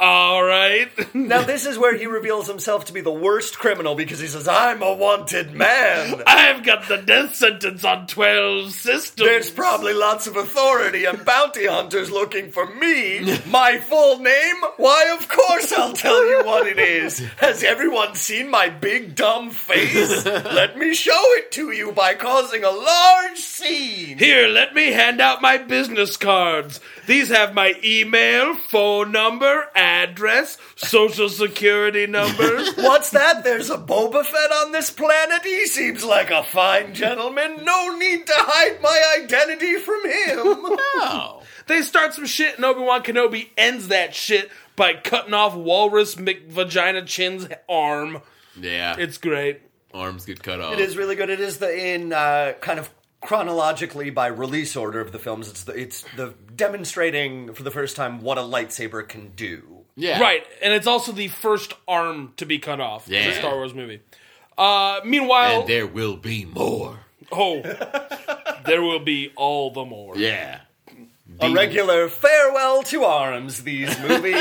All right. now, this is where he reveals himself to be the worst criminal because he says, I'm a wanted man. I've got the death sentence on 12 systems. There's probably lots of authority and bounty hunters looking for me. My full name? Why, of course I'll tell you what it is. Has everyone seen my big dumb face? Let me show it to you by causing a large scene. Here, let me hand out my business cards. These have my email, phone number, address, social security numbers. What's that? There's a Boba Fett on this planet? He seems like a fine gentleman. No need to hide my identity from him. Oh. they start some shit, and Obi Wan Kenobi ends that shit by cutting off Walrus McVagina Chin's arm. Yeah. It's great. Arms get cut off. It is really good. It is the in uh, kind of chronologically by release order of the films. It's the it's the demonstrating for the first time what a lightsaber can do. Yeah. Right, and it's also the first arm to be cut off. Yeah. Yeah. It's a Star Wars movie. Uh, meanwhile, And there will be more. oh, there will be all the more. Yeah. A regular farewell to arms. These movies.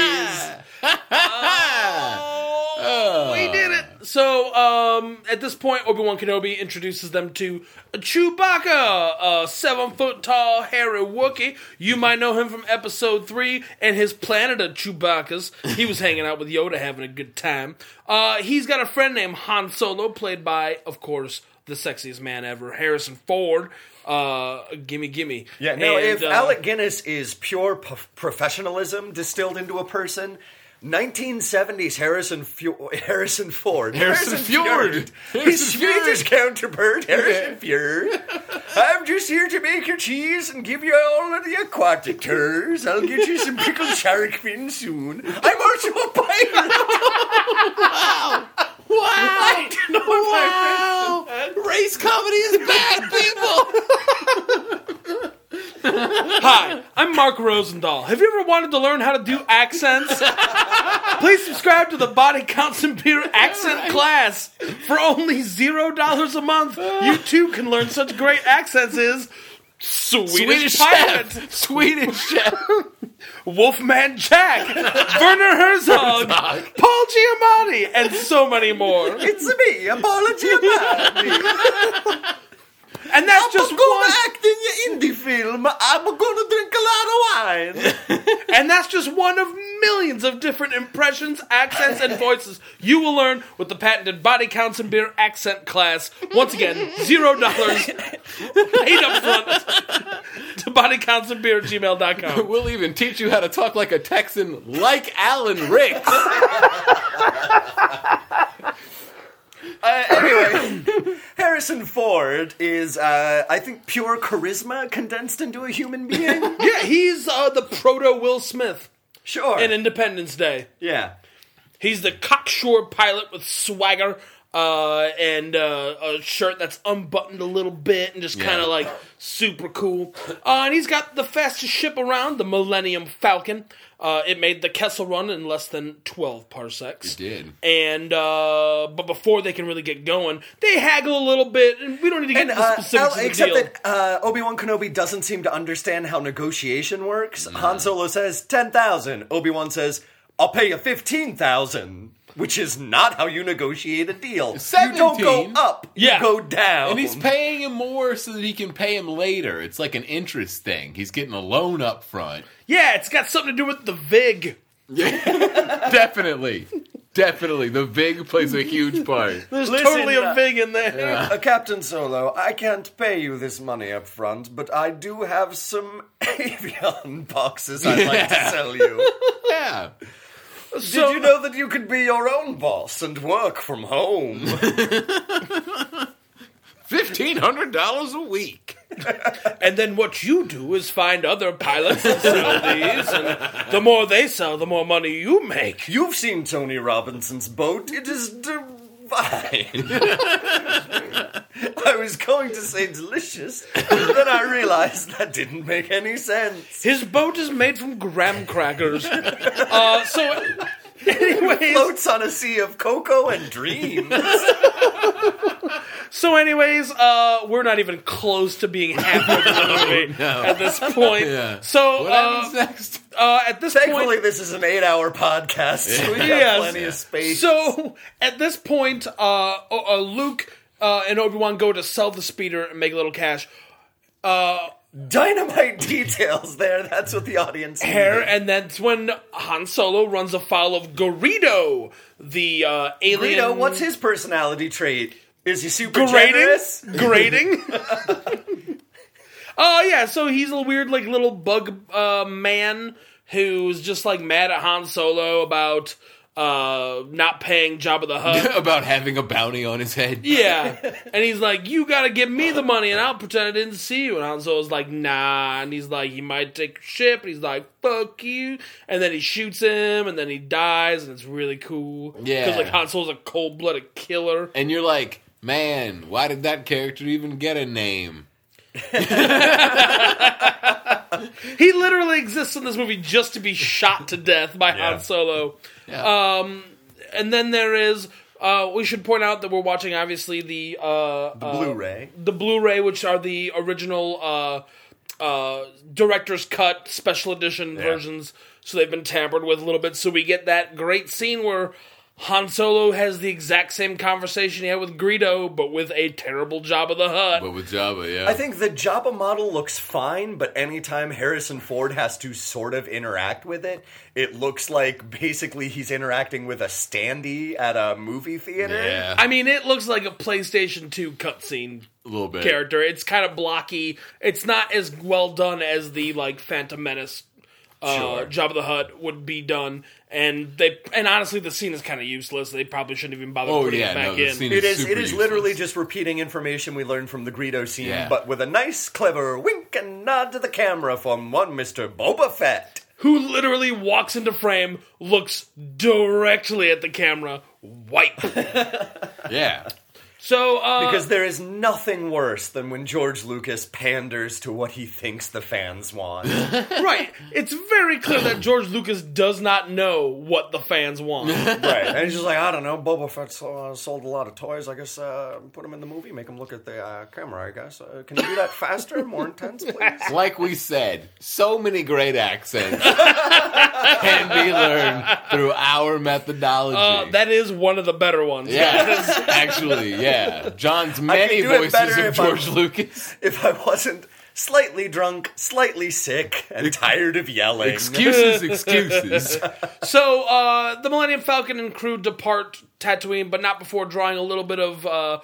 Uh, We did it. So um, at this point, Obi Wan Kenobi introduces them to Chewbacca, a seven foot tall hairy Wookiee. You might know him from Episode Three and his planet of Chewbacca's. He was hanging out with Yoda, having a good time. Uh, he's got a friend named Han Solo, played by, of course, the sexiest man ever, Harrison Ford. Uh, gimme, gimme. Yeah, no, And, if uh, Alec Guinness is pure p- professionalism distilled into a person, 1970s Harrison Fu- Harrison Ford. Harrison Fjord. His Harrison Fjord. Swedish counterpart, Harrison Fjord. I'm just here to make your cheese and give you all of the aquatic tours. I'll get you some pickled shark fin soon. I'm also a pirate. Wow! wow! Race comedy is bad, people! Hi, I'm Mark Rosendahl. Have you ever wanted to learn how to do accents? Please subscribe to the Body Counts and Peter accent class. For only zero dollars a month, you too can learn such great accents as Swedish, Swedish pirate, chef! Swedish chef! Wolfman Jack, Werner Herzog, Paul Giamatti, and so many more. it's me, Apology Man. And that's just one. act in your indie film. I'm gonna drink a lot of wine. And that's just one of millions of different impressions, accents, and voices you will learn with the patented Body Counts and Beer accent class. Once again, zero dollars paid up front to bodycountsandbeer@gmail.com. We'll even teach you how to talk like a Texan, like Alan Ricks! Uh, anyway, Harrison Ford is, uh, I think, pure charisma condensed into a human being. Yeah, he's uh, the proto Will Smith sure. in Independence Day. yeah. He's the cocksure pilot with swagger. Uh, uh, and uh, a shirt that's unbuttoned a little bit and just kind Yeah. of like super cool. Uh, and he's got the fastest ship around, the Millennium Falcon. Uh, it made the Kessel Run in less than 12 parsecs. It did. And uh, but before they can really get going, they haggle a little bit, and we don't need to get And, into the uh, specifics Al- of the except deal. that uh, Obi Wan Kenobi doesn't seem to understand how negotiation works. Han Solo says ten thousand. Obi Wan says, "I'll pay you fifteen thousand, which is not how you negotiate a deal. You don't go 17. up. Yeah. You go down. And he's paying him more so that he can pay him later. It's like an interest thing. He's getting a loan up front. yeah, it's got something to do with the Vig. Definitely. Definitely. The VIG plays a huge part. There's Listen, totally a uh, Vig in there. Uh, Captain Solo, I can't pay you this money up front, but I do have some avian boxes I'd like to Yeah. sell you. Yeah. So- Did you know that you could be your own boss and work from home? $1,500 a week. And then what you do is find other pilots and sell these, and the more they sell, the more money you make. You've seen Tony Robinson's boat. It is divine. I was going to say delicious, but then I realized that didn't make any sense. His boat is made from graham crackers. Uh, so, anyways, Floats on a sea of cocoa and dreams. so anyways, uh, we're not even close to being happy with the movie at this point. Yeah. So, What happens uh, next? uh, at this point, Thankfully, this is an eight-hour podcast, so we have Yes. plenty of space. So at this point, uh, uh, uh, Luke uh, and Obi Wan go to sell the speeder and make a little cash. Dynamite details there. That's what the audience Hair, needed. and that's when Han Solo runs afoul of Garrido, the uh, alien. Rito, what's his personality trait? Is he super grading? generous? Grading. Oh yeah, so he's a weird like little bug uh, man who's just like mad at Han Solo about uh, not paying Jabba the Hutt. About having a bounty on his head. Yeah. And he's like, You gotta give me the money and I'll pretend I didn't see you. And Han Solo's like, Nah. And he's like, You might take a ship. And he's like, Fuck you. And then he shoots him and then he dies and it's really cool. Yeah. Because like Han Solo's a cold blooded killer. And you're like, man, why did that character even get a name? He literally exists in this movie just to be shot to death by Han Solo. Um, Yeah. And then there is. Uh, we should point out that we're watching obviously the uh, the Blu-ray. the Blu-ray, which are the original uh, uh, director's cut special edition versions, so they've been tampered with a little bit. So we get that great scene where Han Solo has the exact same conversation he had with Greedo, but with a terrible job of the hut. but with Jabba, yeah. I think the Jabba model looks fine, but anytime Harrison Ford has to sort of interact with it, it looks like basically he's interacting with a standee at a movie theater. yeah, I mean, it looks like a PlayStation 2 cutscene a little bit. character. It's kind of blocky. It's not as well done as the like Phantom Menace uh, Sure. Job of the Hut would be done. And they and honestly, the scene is kind of useless. They probably shouldn't even bother Oh, putting yeah, it back no, the in. scene It is is. It super is literally useless. just repeating information we learned from the Greedo scene, Yeah. but with a nice, clever wink and nod to the camera from one Mister Boba Fett. Who literally walks into frame, looks directly at the camera, wipe. Yeah. so uh, Because there is nothing worse than when George Lucas panders to what he thinks the fans want. right, it's very clear that George Lucas does not know what the fans want. Right. And he's just like, I don't know. Boba Fett uh, sold a lot of toys. I guess uh, put him in the movie, make him look at the uh, camera, I guess. Uh, can you do that faster, more intense, please? Like we said, so many great accents can be learned through our methodology. Uh, that is one of the better ones. yeah, actually, yeah. John's many do it voices better of if I'm- George Lucas. If I wasn't slightly drunk, slightly sick, and tired of yelling. Excuses, excuses. So uh, the Millennium Falcon and crew depart Tatooine, but not before drawing a little bit of uh, uh,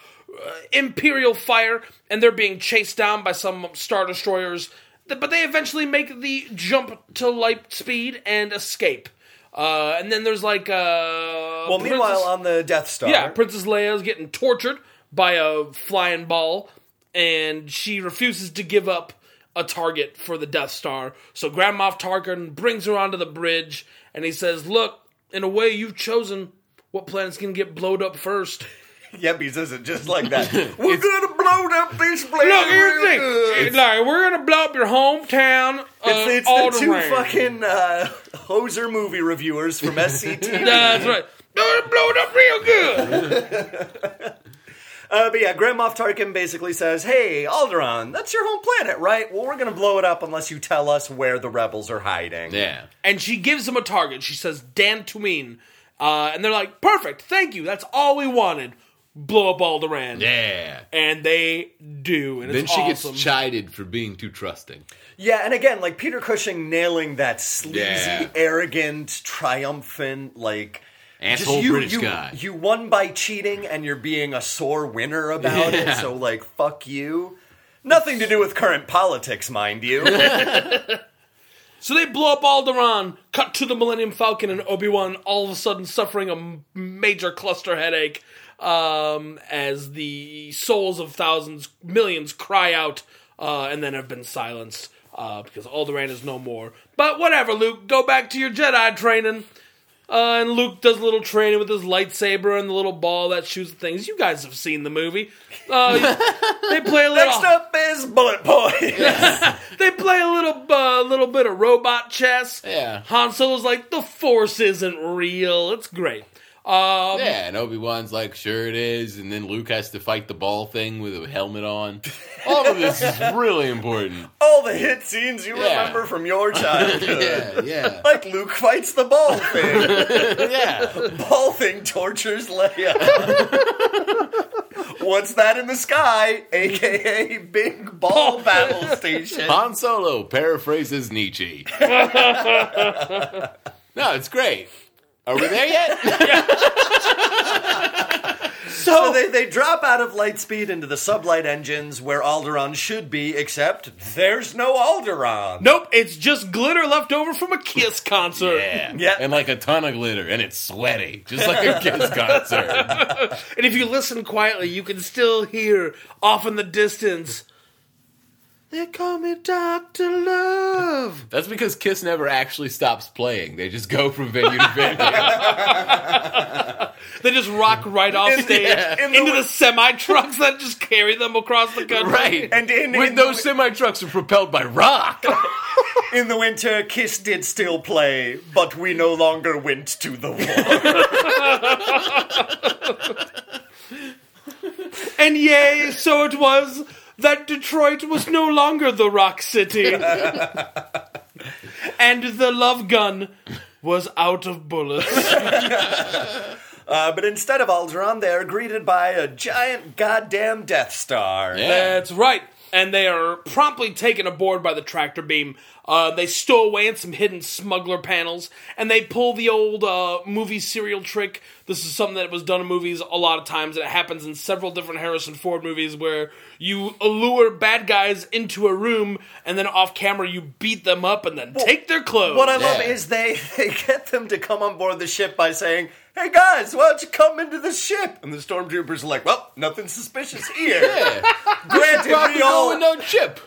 Imperial fire, and they're being chased down by some Star Destroyers. Th- But they eventually make the jump to light speed and escape. Uh, and then there's like uh, well, meanwhile, Princess- on the Death Star. yeah, Princess Leia's getting tortured by a flying ball, and she refuses to give up a target for the Death Star. So Grand Moff Tarkin brings her onto the bridge, and he says, "Look, in a way, you've chosen what planet's gonna get blowed up first. Yuppies isn't just like that. We're gonna blow up this place. Look, here's the real thing. good. It's like, we're going to blow up your hometown. Uh, It's, it's all the two around. fucking uh, hoser movie reviewers from SCT. That's right. They're gonna blow it up real good. Uh, but yeah, Grand Moff Tarkin basically says, "Hey, Alderaan, that's your home planet, right? Well, we're gonna blow it up unless you tell us where the rebels are hiding." Yeah. and she gives him a target. She says, Dan Tween. Uh, and they're like, perfect. Thank you. That's all we wanted. Blow up Alderaan. Yeah. And they do. And Then it's she awesome. gets chided for being too trusting. Yeah, and again, like Peter Cushing nailing that sleazy, Yeah. arrogant, triumphant, like just Asshole you, British you, guy. You won by cheating, and you're being a sore winner about it. Yeah. So, like, fuck you. Nothing to do with current politics, mind you. So they blow up Alderaan, cut to the Millennium Falcon, and Obi Wan all of a sudden suffering a m- major cluster headache um, as the souls of thousands, millions cry out uh, and then have been silenced uh, because Alderaan is no more. But whatever, Luke, go back to your Jedi training. Uh, and Luke does a little training with his lightsaber and the little ball that shoots things. You guys have seen the movie. Uh, they play a little. Next up is Bullet Boy. They play a little uh, little bit of robot chess. Yeah. Han Solo's like, the force isn't real. It's great. Um, yeah, and Obi Wan's like, sure it is, and then Luke has to fight the ball thing with a helmet on. All of this is really important. All the hit scenes you Yeah. remember from your childhood. Yeah, yeah, Like Luke fights the ball thing. yeah. ball thing tortures Leia. What's that in the sky? AKA Big Ball Battle Station. Han Solo paraphrases Nietzsche. no, it's great. Are we there yet? So they, they drop out of light speed into the sublight engines where Alderaan should be, except there's no Alderaan. Nope, it's just glitter left over from a Kiss concert. yeah. Yeah. And like a ton of glitter, and it's sweaty, just like a kiss concert. And if you listen quietly, you can still hear off in the distance. They call me Doctor Love. That's because Kiss never actually stops playing. They just go from venue to venue. They just rock right off In- stage yeah. in the into wi- the semi trucks that just carry them across the country. right. And in- when in- those semi trucks are propelled by rock. In the winter, Kiss did still play, but we no longer went to the war. And yea, so it was that Detroit was no longer the rock city. and the love gun was out of bullets. uh, but instead of Alderaan, they are greeted by a giant goddamn Death Star. That's right. And they are promptly taken aboard by the tractor beam. Uh, they stow away in some hidden smuggler panels, and they pull the old uh, movie serial trick. This is something that was done in movies a lot of times, and it happens in several different Harrison Ford movies where you allure bad guys into a room, and then off camera you beat them up and then take their clothes. What I love Yeah. is they, they get them to come on board the ship by saying, Hey guys, why don't you come into the ship? And the stormtroopers are like, Well, nothing suspicious here. Granted, we all, no chip.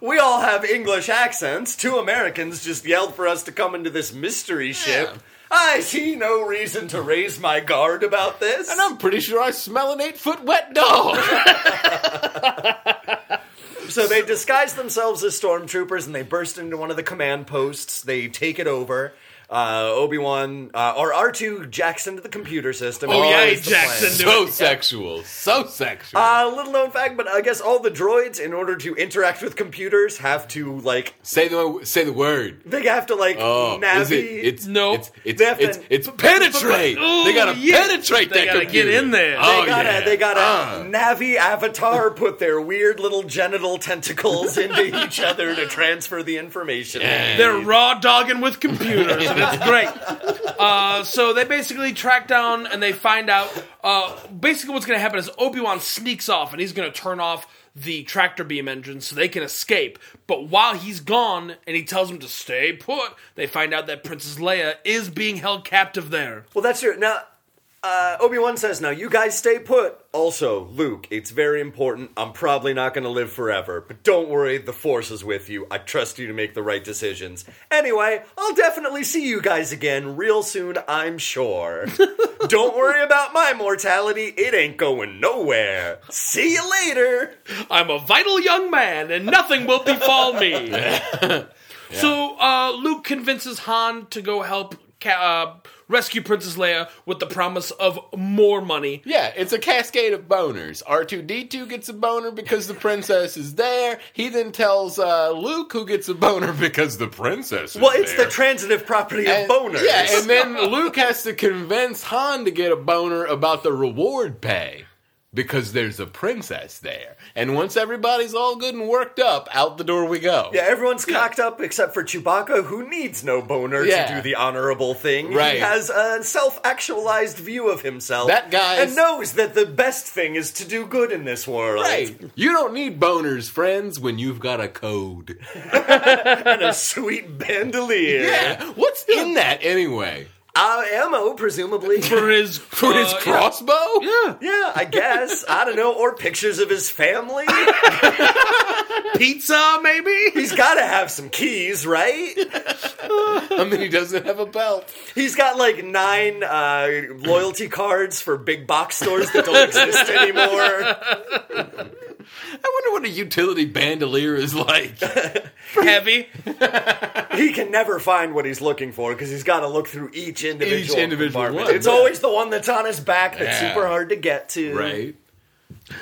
we all have English accents. Two Americans just yelled for us to come into this mystery ship. I see no reason to raise my guard about this. And I'm pretty sure I smell an eight foot wet dog. So they disguise themselves as stormtroopers and they burst into one of the command posts. They take it over. Uh, Obi Wan uh, or R two jacks into the computer system. Oh, yeah, Always he the jacks plan. into so sexual. So sexual. Uh, little known fact, but I guess all the droids, in order to interact with computers, have to like say the say the word. they have to like Oh, is it? navy. It's No. It's it's They have to- it's, it's penetrate. Ooh, they gotta yeah. penetrate They that gotta get computer. in there. Oh they gotta, yeah. they gotta Uh, Navi Avatar put their weird little genital tentacles into each other to transfer the information. Yeah. They're raw dogging with computers, and it's great. Uh, so they basically track down and they find out. Uh, basically, what's going to happen is Obi Wan sneaks off, and he's going to turn off the tractor beam engine so they can escape. But while he's gone, and he tells them to stay put, they find out that Princess Leia is being held captive there. Well, that's your now. Uh, Obi Wan says, "Now you guys stay put." Also, Luke, it's very important. I'm probably not going to live forever, but don't worry. The Force is with you. I trust you to make the right decisions. Anyway, I'll definitely see you guys again real soon. I'm sure. don't worry about my mortality. It ain't going nowhere. See you later. I'm a vital young man, and nothing will befall me. So uh, Luke convinces Han to go help ca- uh, rescue Princess Leia with the promise of more money. Yeah, it's a cascade of boners. R2D2 gets a boner because the princess is there. He then tells uh, Luke, who gets a boner because the princess is Well, it's the there. transitive property of And- boners. Yeah, and then Luke has to convince Han to get a boner about the reward pay because there's a princess there. And once everybody's all good and worked up, out the door we go. Yeah, everyone's cocked up except for Chewbacca, who needs no boner to Yeah. do the honorable thing. He Right. has a self-actualized view of himself. That guy's- and knows that the best thing is to do good in this world. Right. You don't need boners, friends, when you've got a code. And a sweet bandolier. Yeah. What's in that anyway? Uh, ammo, presumably. For his, For his uh, crossbow? yeah, yeah, I guess. I don't know. Or pictures of his family. pizza maybe. He's got to have some keys, right? I mean, he doesn't have a belt. He's got like nine uh, loyalty cards for big box stores that don't exist anymore. I wonder what a utility bandolier is like. Heavy. he can never find what he's looking for because he's got to look through each individual, individual compartment. one, It's yeah. always the one that's on his back that's Yeah. super hard to get to. right?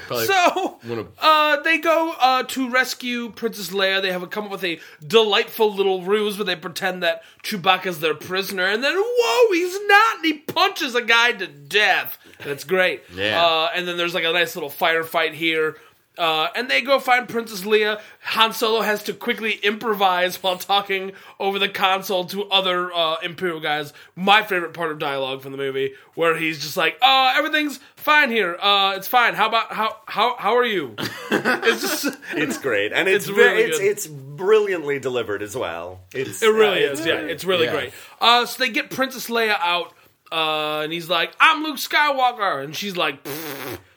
Probably So wanna- uh, they go uh, to rescue Princess Leia. They have come up with a delightful little ruse where they pretend that Chewbacca's their prisoner, and then whoa, he's not, and he punches a guy to death. That's great. Yeah. Uh, and then there's like a nice little firefight here. Uh, and they go find Princess Leia. Han Solo has to quickly improvise while talking over the console to other uh, Imperial guys. My favorite part of dialogue from the movie, where he's just like, "Uh, everything's fine here. Uh, it's fine. How about how how how are you?" it's just It's great, and it's It's it's really it's, good. it's brilliantly delivered as well. It's, It really uh, is. Yeah, it's really Yeah. great. Uh, so they get Princess Leia out, uh, and he's like, "I'm Luke Skywalker," and she's like,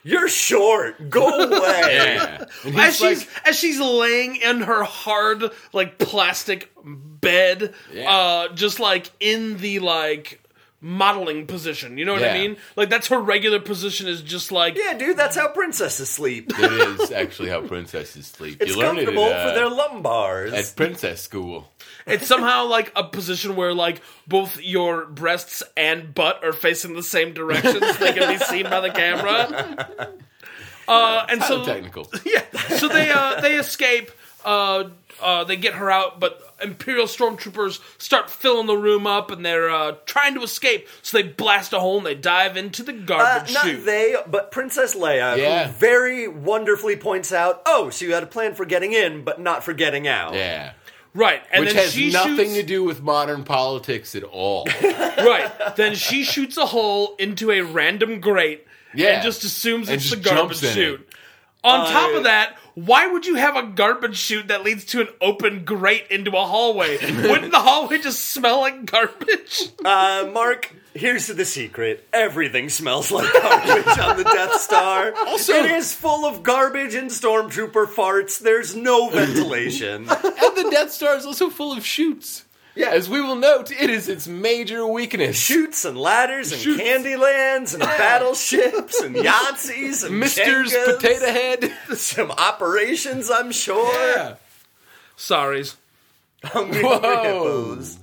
You're short. Go away. Yeah. And as he's like, she's as she's laying in her hard like plastic bed, Yeah. uh, just like in the like modeling position. You know what I Yeah. mean? Like that's her regular position is just like Yeah, dude, that's how princesses sleep. it is actually how princesses sleep. It's you learn it at, comfortable uh, for their lumbars. at princess school. it's somehow like a position where like both your breasts and butt are facing the same direction so they can be seen by the camera. Uh, and so So technical. Yeah. So they uh, they escape. Uh, uh, they get her out, but Imperial stormtroopers start filling the room up, and they're uh, trying to escape. So they blast a hole and they dive into the Uh, garbage not chute. they, but Princess Leia, Yeah. who very wonderfully points out, "Oh, so you had a plan for getting in, but not for getting out." Yeah. right, and Which then has she nothing shoots, to do with modern politics at all. Right. Then she shoots a hole into a random grate. Yeah. And just assumes And it's just the garbage jumps in chute. it. On Uh, top of that, why would you have a garbage chute that leads to an open grate into a hallway? Wouldn't the hallway just smell like garbage? Uh, Mark, here's the secret. Everything smells like garbage on the Death Star. Also, it is full of garbage and stormtrooper farts. There's no ventilation. and the Death Star is also full of shoots. Yeah. As we will note, it is its major weakness. Chutes and ladders and Chutes. candy lands and battleships and Yahtzees and Misters Jengas. Potato Head. Some operations, I'm sure. Yeah. Sorries. Hungry Whoa. hippos.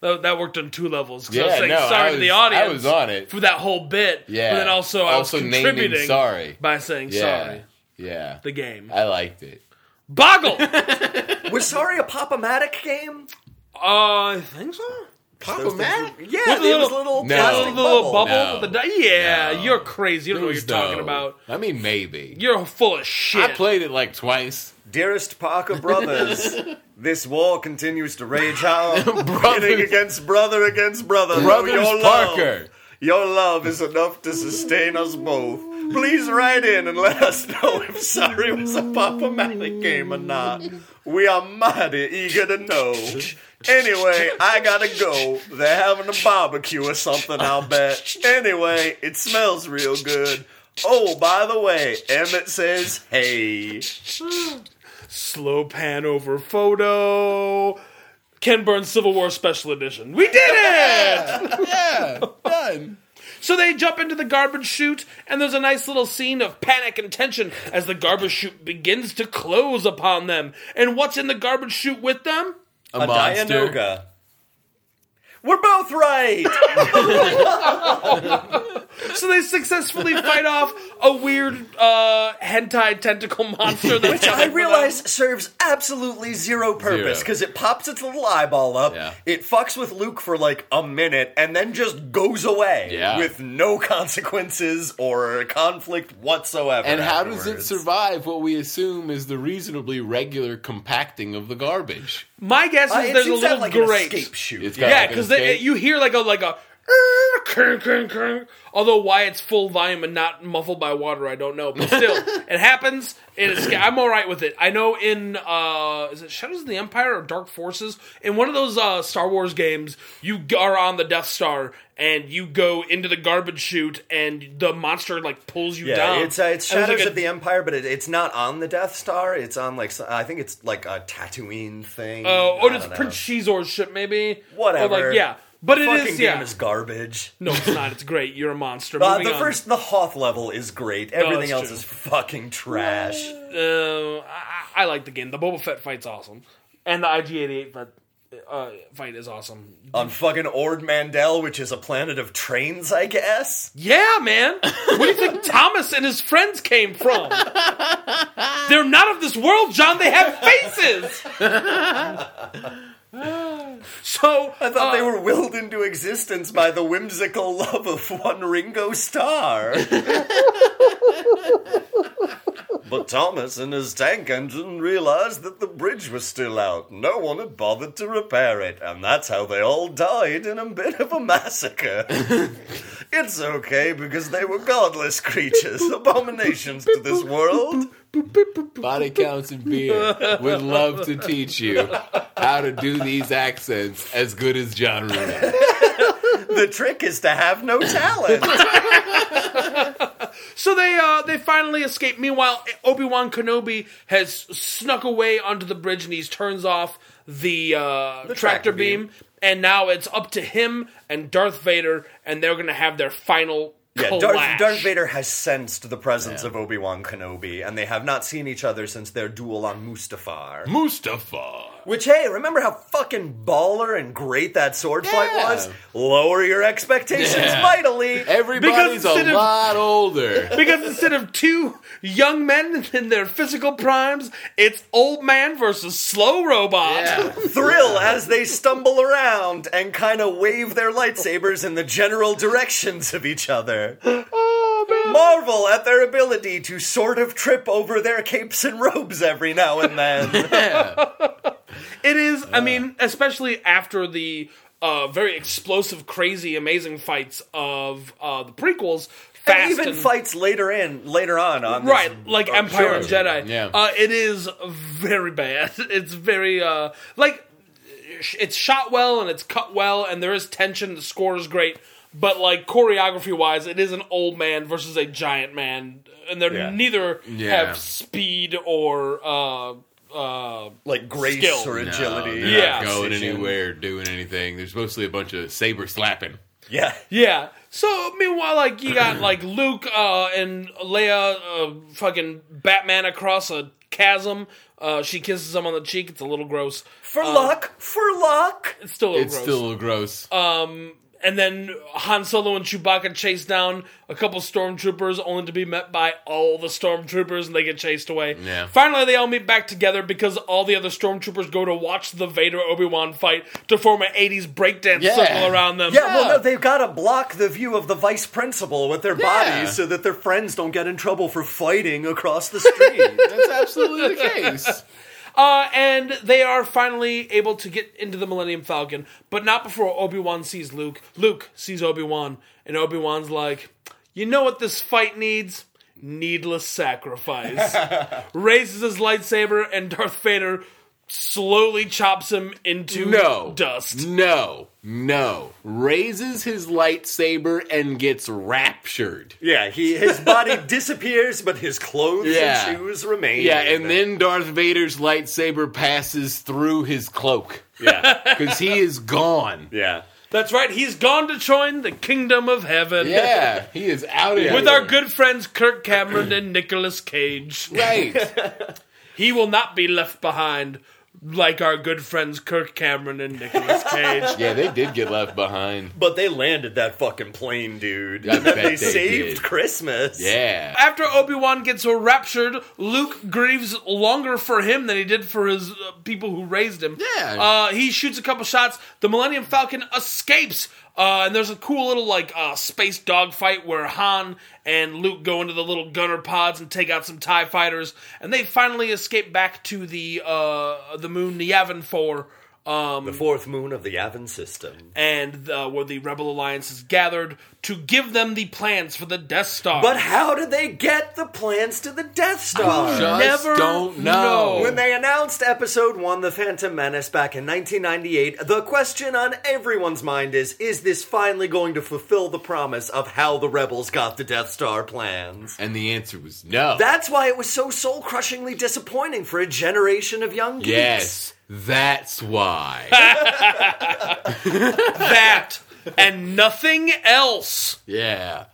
That, that worked on two levels. 'cause I Yeah, was saying no, sorry I to was- the I audience was on it. for that whole bit. Yeah. But then also, I was Also naming contributing sorry. by saying Yeah. sorry. Yeah. The game. I liked it. Boggle! uh, Was sorry a Pop-O-Matic game? I think so. Pop-O-Matic? Yeah, With the it was little- little No. The plastic little bubble. No. with the di- yeah, No. you're crazy. You don't know what you're talking No. about. I mean, maybe. You're full of shit. I played it like twice. Dearest Parker brothers, this war continues to rage on. Hitting Brothers, against brother against brother. though your Brothers Parker. Love, your love is enough to sustain us both. Please write in and let us know if sorry was a Papa Manic game or not. We are mighty eager to know. Anyway, I gotta go. They're having a barbecue or something, I'll bet. Anyway, it smells real good. Oh, by the way, Emmett says, hey. Slow pan over photo. Ken Burns Civil War Special Edition. We did it! Yeah, done. so they jump into the garbage chute, and there's a nice little scene of panic and tension as the garbage chute begins to close upon them. And what's in the garbage chute with them? A, A monster. Dianoga. We're both right! So they successfully fight off a weird uh, hentai tentacle monster. That Which I realize serves absolutely zero purpose Zero. because it pops its little eyeball up, Yeah. it fucks with Luke for like a minute, and then just goes away Yeah. with no consequences or conflict whatsoever. And how does it afterwards. survive what we assume is the reasonably regular compacting of the garbage? My guess is Uh, it there's a seems to little have, like an grate. escape chute. It's got- Yeah, like an because escape. you hear like a like a. "Er, kring, kring, kring." Although why it's full volume and not muffled by water, I don't know. But still, it happens. It is. I'm all right with it. I know in uh, is it Shadows of the Empire or Dark Forces? In one of those uh, Star Wars games, you g- are on the Death Star and you go into the garbage chute, and the monster like pulls you Yeah, down. it's uh, it's And there's, Shadows like, a- of the Empire, but it, it's not on the Death Star. It's on like so- I think it's like a Tatooine thing. Oh, I or it's don't know. Prince Shizor's ship, maybe. Or Whatever. like, yeah, but The it fucking is. Yeah. game is garbage. no, it's not. It's great. You're a monster. Uh, Moving the on. first, the Hoth level is great. Everything it's else true. is fucking trash. Uh, I, I like the game. The Boba Fett fight's awesome, and the IG88 fight, uh, fight is awesome. on fucking Ord Mandel, which is a planet of trains, I guess. Yeah, man. Where do you think Thomas and his friends came from? They're not of this world, John. They have faces. so I thought they were willed into existence by the whimsical love of one Ringo Starr. but Thomas and his tank engine realized that the bridge was still out. No one had bothered to repair it, and that's how they all died in a bit of a massacre. it's okay because they were godless creatures, abominations to this world. Body counts and beer would love to teach you how to do these accents as good as John Reno. The trick is to have no talent. So they uh, they finally escape. Meanwhile, Obi Wan Kenobi has snuck away onto the bridge and he turns off the, uh, tractor tractor beam. And now it's up to him and Darth Vader, and they're gonna have their final Yeah, clash. Darth, Darth Vader has sensed the presence of Obi Wan Kenobi, and they have not seen each other since their duel on Mustafar. Mustafa. Which, hey, remember how fucking baller and great that sword fight Yeah. was? Lower your expectations Yeah. mightily. Everybody's Because instead a of- lot older. Because instead of two young men in their physical primes, it's old man versus slow robot. Yeah. Thrill as they stumble around and kind of wave their lightsabers in the general directions of each other. Oh, Marvel at their ability to sort of trip over their capes and robes every now and then. Yeah. It is. I mean, especially after the uh, very explosive, crazy, amazing fights of uh, the prequels. Fast and even and- fights later in later on on this- Right, like oh, Empire sure. and Jedi. Yeah. Uh, it is very bad. It's very uh, like sh- it's shot well and it's cut well, and there is tension. The score is great, but like choreography wise, it is an old man versus a giant man, and they're Yeah. neither Yeah. have speed or uh, uh, like grace Skill. or No, agility. No, they're Yeah. Not going anywhere, doing anything. There's mostly a bunch of saber slapping. Yeah. Yeah. So meanwhile, like you got like Luke uh, and Leia, uh, fucking Batman across a chasm. Uh, she kisses him on the cheek. It's a little gross. For luck, for luck. It's still a little It's Oh, gross. Um, still a little gross. and then Han Solo and Chewbacca chase down a couple stormtroopers, only to be met by all the stormtroopers, and they get chased away. Yeah. Finally, they all meet back together because all the other stormtroopers go to watch the Vader Obi Wan fight to form an '80s breakdance Yeah. circle around them. Yeah, well, no, they've got to block the view of the vice principal with their Yeah. bodies so that their friends don't get in trouble for fighting across the street. That's absolutely the case. Uh, and they are finally able to get into the Millennium Falcon, but not before Obi Wan sees Luke. Luke sees Obi Wan, and Obi Wan's like, "You know what this fight needs? Needless sacrifice." Raises his lightsaber, and Darth Vader slowly chops him into no dust. No, no. Raises his lightsaber and gets raptured. Yeah, he his body disappears, but his clothes Yeah. and shoes remain. Yeah, and then Darth Vader's lightsaber passes through his cloak yeah, because he is gone. yeah, That's right, he's gone to join the kingdom of heaven. Yeah, he is out of With here. our good friends Kirk Cameron and Nicolas Cage. right. He will not be left behind like our good friends Kirk Cameron and Nicolas Cage. Yeah, they did get left behind. but they landed that fucking plane, dude. I bet they, they saved did. Christmas. Yeah. After Obi-Wan gets raptured, Luke grieves longer for him than he did for his uh, people who raised him. Yeah. Uh, he shoots a couple shots. The Millennium Falcon escapes. Uh, and there's a cool little like uh, space dogfight where Han and Luke go into the little gunner pods and take out some Tie fighters, and they finally escape back to the uh, the moon Yavin Four. Um, The fourth moon of the Avon system. and uh, where the Rebel Alliance is gathered to give them the plans for the Death Star. But how did they get the plans to the Death Star? Just never don't know. know. When they announced episode one, The Phantom Menace, back in 1998, the question on everyone's mind is is this finally going to fulfill the promise of how the rebels got the Death Star plans? and the answer was no. That's why it was so soul crushingly disappointing for a generation of young geeks. yes, that's why. that and nothing else, yeah.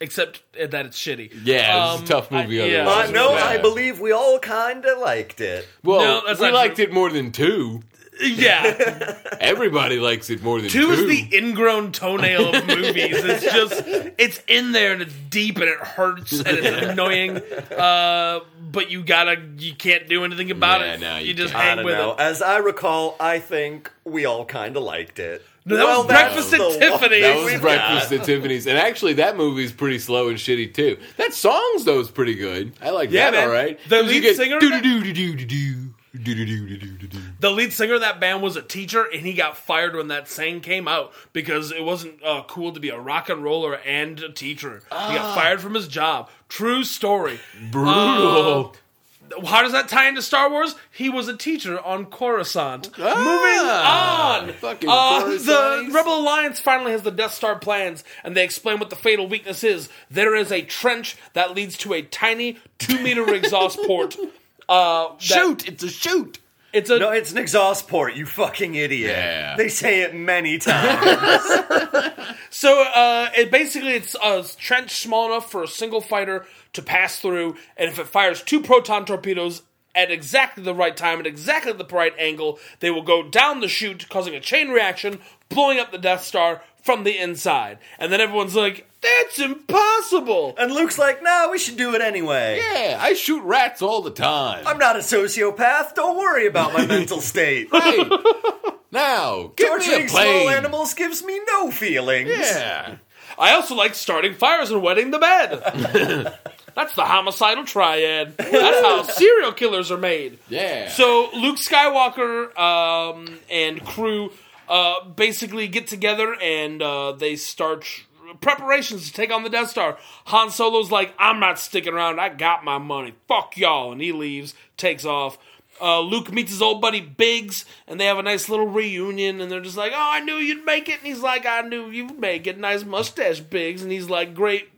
except that it's shitty. Yeah, it's Um, a tough movie. I- yeah. otherwise. Uh, no, Yeah. I believe we all kinda liked it. Well, No, that's we not liked true. it more than two. Yeah, Everybody likes it more than two. two is the ingrown toenail of movies. It's just it's in there and it's deep and it hurts and it's annoying. Uh, but you gotta you can't do anything about Yeah, it. no, you just can't. hang I don't with know. it. As I recall, I think we all kinda liked it. No, that Well, was Breakfast that's at the one- Tiffany's. That was We've Breakfast at Tiffany's, and actually, that movie's pretty slow and shitty too. That song's though is pretty good. I like Yeah, that. man. All right, The lead singer- Do do do do do do do do do do do. The lead singer of that band was a teacher, and he got fired when that saying came out because it wasn't uh, cool to be a rock and roller and a teacher. He Ah. got fired from his job. True story. Brutal. How does that tie into Star Wars? He was a teacher on Coruscant. Ah, Moving on. fucking Uh, Coruscant. the Rebel Alliance finally has the Death Star plans, and they explain what the fatal weakness is. There is a trench that leads to a tiny two meter exhaust port. Uh, that- shoot! It's a shoot. It's a No, it's an exhaust port, you fucking idiot. Yeah. They say it many times. So uh, it basically it's a trench small enough for a single fighter to pass through, and if it fires two proton torpedoes at exactly the right time at exactly the right angle, they will go down the chute, causing a chain reaction, blowing up the Death Star from the inside. And then everyone's like, "That's impossible." and Luke's like, no, we should do it anyway. Yeah, I shoot rats all the time. I'm not a sociopath. Don't worry about my mental state. Hey, now give me Torturing a plane. small animals gives me no feelings. Yeah. I also like starting fires and wetting the bed. That's the homicidal triad. That's how serial killers are made. Yeah. So Luke Skywalker um, and crew uh, basically get together and uh, they start tr- preparations to take on the Death Star. Han Solo's like, "I'm not sticking around. I got my money. Fuck y'all," and he leaves, takes off. Uh, Luke meets his old buddy Biggs, and they have a nice little reunion. And they're just like, "Oh, I knew you'd make it," and he's like, "I knew you'd make it." Nice mustache, Biggs, and he's like, "Great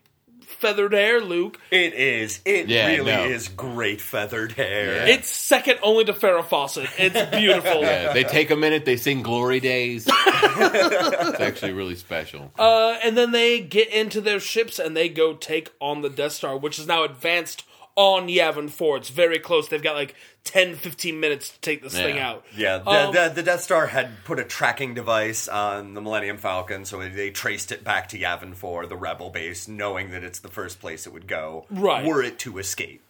feathered hair, Luke." It is. It Yeah, really no. is great feathered hair. It's second only to Farrah Fawcett. It's beautiful. Yeah, they take a minute. They sing "Glory Days." it's actually really special. Uh, and then they get into their ships and they go take on the Death Star, which is now advanced on Yavin 4. It's very close. They've got like 10, 15 minutes to take this thing Yeah. out. Yeah, the, Um, the, the Death Star had put a tracking device on the Millennium Falcon, so they traced it back to Yavin 4, the rebel base, knowing that it's the first place it would go, Right. were it to escape.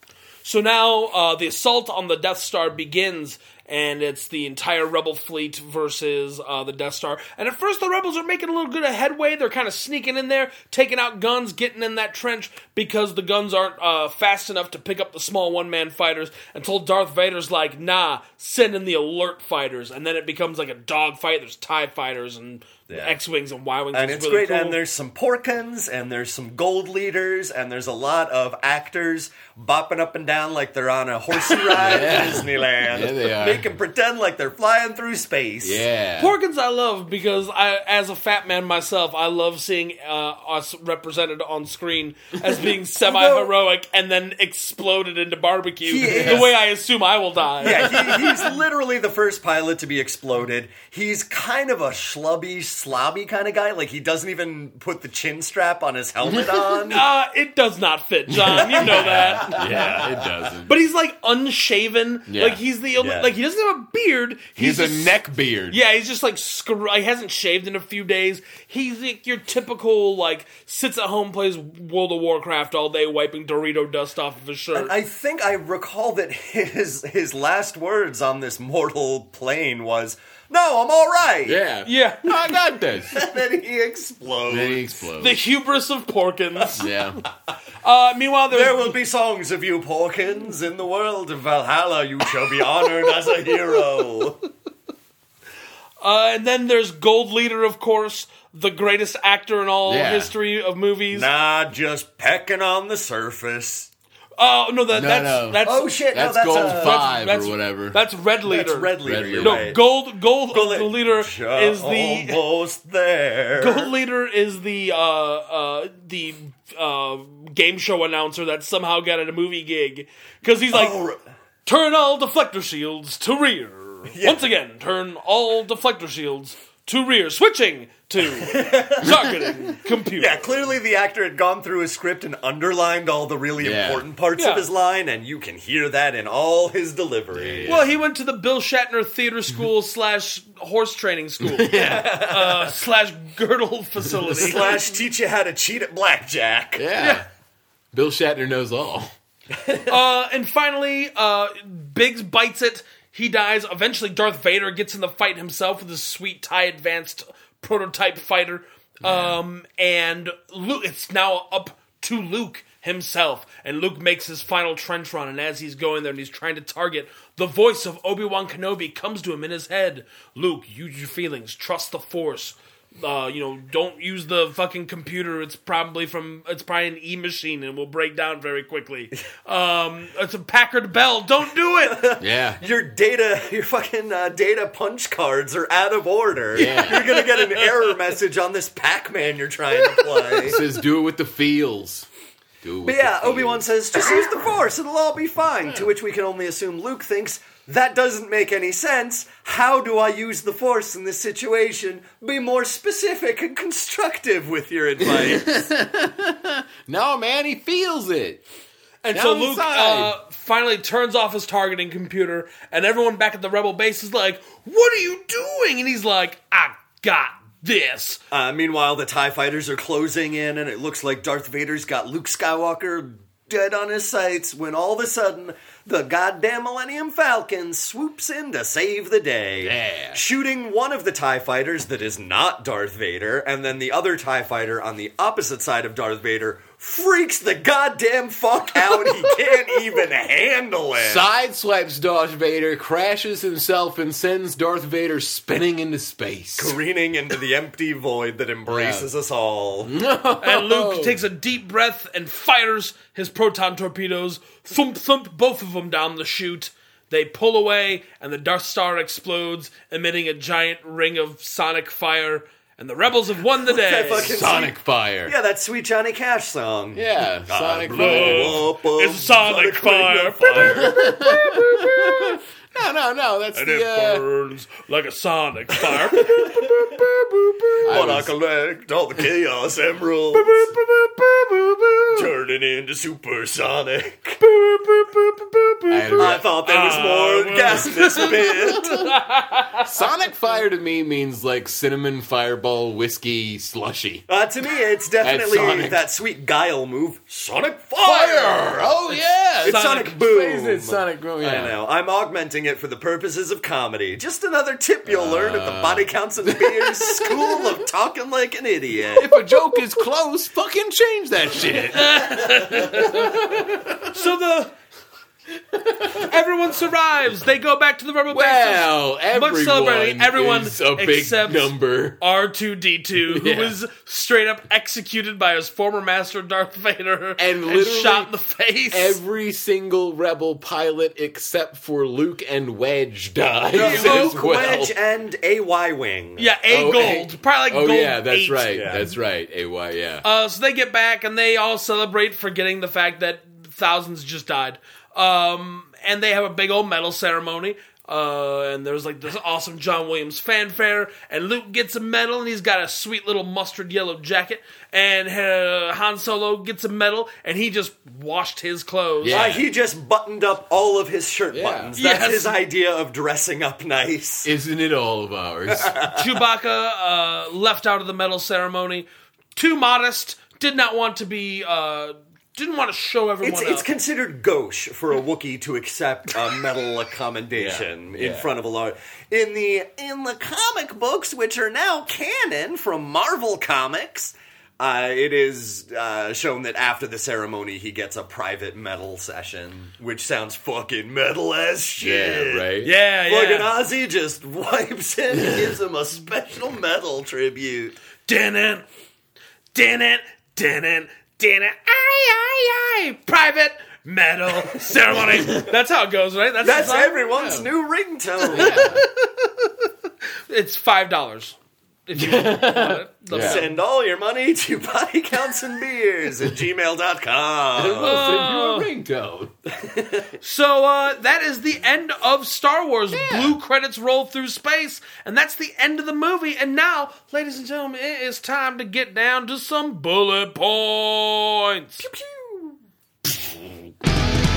So now uh, the assault on the Death Star begins, and it's the entire Rebel fleet versus uh, the Death Star. And at first, the Rebels are making a little good of headway. They're kind of sneaking in there, taking out guns, getting in that trench because the guns aren't uh, fast enough to pick up the small one man fighters until Darth Vader's like, nah, send in the alert fighters. And then it becomes like a dogfight. There's TIE fighters and X Wings and Y Wings. and it's really great. cool. And there's some porkins, and there's some gold leaders, and there's a lot of actors bopping up and down like they're on a horsey ride in Disneyland. Yeah, they are. Make 'em pretend like they're flying through space. Yeah. Porkins I love because I, as a fat man myself, I love seeing uh, us represented on screen as being semi-heroic and then exploded into barbecue He the is. way I assume I will die. yeah, he, he's literally the first pilot to be exploded. He's kind of a schlubby, slobby kind of guy. Like he doesn't even put the chin strap on his helmet on. Uh, it does not fit, John. You know that. yeah, it doesn't. But he's like unshaven. Yeah. Like he's the only. Yeah. Like he doesn't have a beard. he's just- a neck beard. Yeah, he's just like screw. He hasn't shaved in a few days. He's like your typical like sits at home plays World of Warcraft all day, wiping Dorito dust off of his shirt. I think I recall that his his last words on this mortal plane was, "No, I'm all right." Yeah. Yeah. I got this. Then he explodes. Then he explodes. The hubris of Porkins. yeah. Uh, meanwhile, there's There will be songs of you, Porkins, in the world of Valhalla. You shall be honored as a hero. uh, and then there's Gold Leader, of course, the greatest actor in all Yeah. history of movies. Not just pecking on the surface. Oh no, that, No, that's no. that's uh, Oh shit! That's no, that's gold a, five that's- or whatever. that's Red Leader. That's red leader. oh, Red you're leader. No, right. Gold Gold Gold Leader is the almost there. Gold Leader is the uh, uh, the uh, game show announcer that somehow got at a movie gig because he's like, Oh, r- turn all deflector shields to rear. Once again, turn all deflector shields to rear, switching to targeting computer. yeah, clearly the actor had gone through his script and underlined all the really Yeah. important parts Yeah. of his line, and you can hear that in all his delivery. Well, he went to the Bill Shatner Theater School slash horse training school uh, slash girdle facility. Slash teach you how to cheat at blackjack. yeah. Bill Shatner knows all. Uh, and finally, uh, Biggs bites it. He dies. Eventually, Darth Vader gets in the fight himself with his sweet tie advanced prototype fighter. Um, and Luke, it's now up to Luke himself. And Luke makes his final trench run. And as he's going there and he's trying to target, the voice of Obi Wan Kenobi comes to him in his head Luke, use your feelings, trust the Force uh, you know, don't use the fucking computer. It's probably from it's probably an e machine and will break down very quickly. Um, it's a Packard Bell. Don't do it. Yeah. Your data, your fucking uh, data punch cards are out of order. Yeah. You're gonna get an error message on this Pac-Man you're trying to play. says do it with the feels. Do it with But yeah, the Obi Wan feels. says, just use the Force, it'll all be fine. To which we can only assume Luke thinks, that doesn't make any sense. How do I use the Force in this situation? Be more specific and constructive with your advice. No man, he feels it. And so Down Luke inside. uh, finally turns off his targeting computer, and everyone back at the Rebel base is like, "What are you doing?" And he's like, "I got this." uh, meanwhile, the TIE fighters are closing in, and it looks like Darth Vader's got Luke Skywalker dead on his sights when all of a sudden the goddamn Millennium Falcon swoops in to save the day. Yeah. shooting one of the TIE fighters that is not Darth Vader, and then the other TIE fighter on the opposite side of Darth Vader freaks the goddamn fuck out. he can't even handle it. Sideswipes Darth Vader, crashes himself, and sends Darth Vader spinning into space. Careening into the empty void that embraces us all. Mm-hmm. And Luke takes a deep breath and fires his proton torpedoes, thump thump both of them down the chute. They pull away, and the Darth Star explodes, emitting a giant ring of sonic fire. And the rebels have won the day. fucking- Sonic fire. Yeah, that sweet Johnny Cash song. Yeah, Sonic fire. Blow up a It's sonic fire. No, no, no. That's and it the. Uh, burns like a sonic fire. I When I was- collect all the chaos emeralds, turning into supersonic. I had I a- thought they I There's Ah, more gas in this bit. Sonic Fire to me means like cinnamon fireball whiskey slushy. Uh, to me, it's definitely Sonic. that sweet guile move, Sonic Fire! Oh yeah! It's Sonic, Sonic Boom. Is it Sonic Boom? I Yeah. know. I'm augmenting it for the purposes of comedy. Just another tip you'll Uh. learn at the Body Counts and Beers School of Talking Like an Idiot. If a joke is close, fucking change that shit. So the everyone survives. They go back to the rubber band. Well, everyone celebrating, everyone is a big except- number. R two D two, who Yeah. was straight up executed by his former master Darth Vader, And literally shot in the face. Every single rebel pilot except for Luke and Wedge dies as Luke, well. Wedge, and AY Wing. yeah, a Oh, gold, A- probably like oh gold. yeah, that's eight. right. Yeah. That's right. AY, yeah. Uh, so they get back and they all celebrate, forgetting the fact that thousands just died. Um, and they have a big old medal ceremony. Uh, and there's like this awesome John Williams fanfare, and Luke gets a medal, and he's got a sweet little mustard yellow jacket. And uh, Han Solo gets a medal, and he just washed his clothes. Yeah. Uh, he just buttoned up all of his shirt Yeah. buttons. That's Yes. his idea of dressing up nice. Isn't it all of ours? Chewbacca uh, left out of the medal ceremony, too modest, did not want to be, uh, didn't want to show everyone. It's, it's up. considered gauche for a Wookiee to accept a medal commendation Yeah, in yeah. front of a large. In the in the comic books, which are now canon from Marvel Comics, uh, it is uh, shown that after the ceremony, he gets a private medal session, which sounds fucking metal as shit. yeah, right? yeah, yeah. Fucking Ozzy just wipes him and gives him a special medal tribute. Didn't, didn't, didn't, didn't. Aye, aye, aye. Private medal ceremony. That's how it goes, right? That's the song? everyone's new ringtone. It's five dollars. If you want it. The- Yeah. Send all your money to body counts and beers at gmail.com. Well, Oh. send you a ringtone. So uh, that is the end of Star Wars. Blue credits roll through space, and that's the end of the movie. And now, ladies and gentlemen, it is time to get down to some bullet points.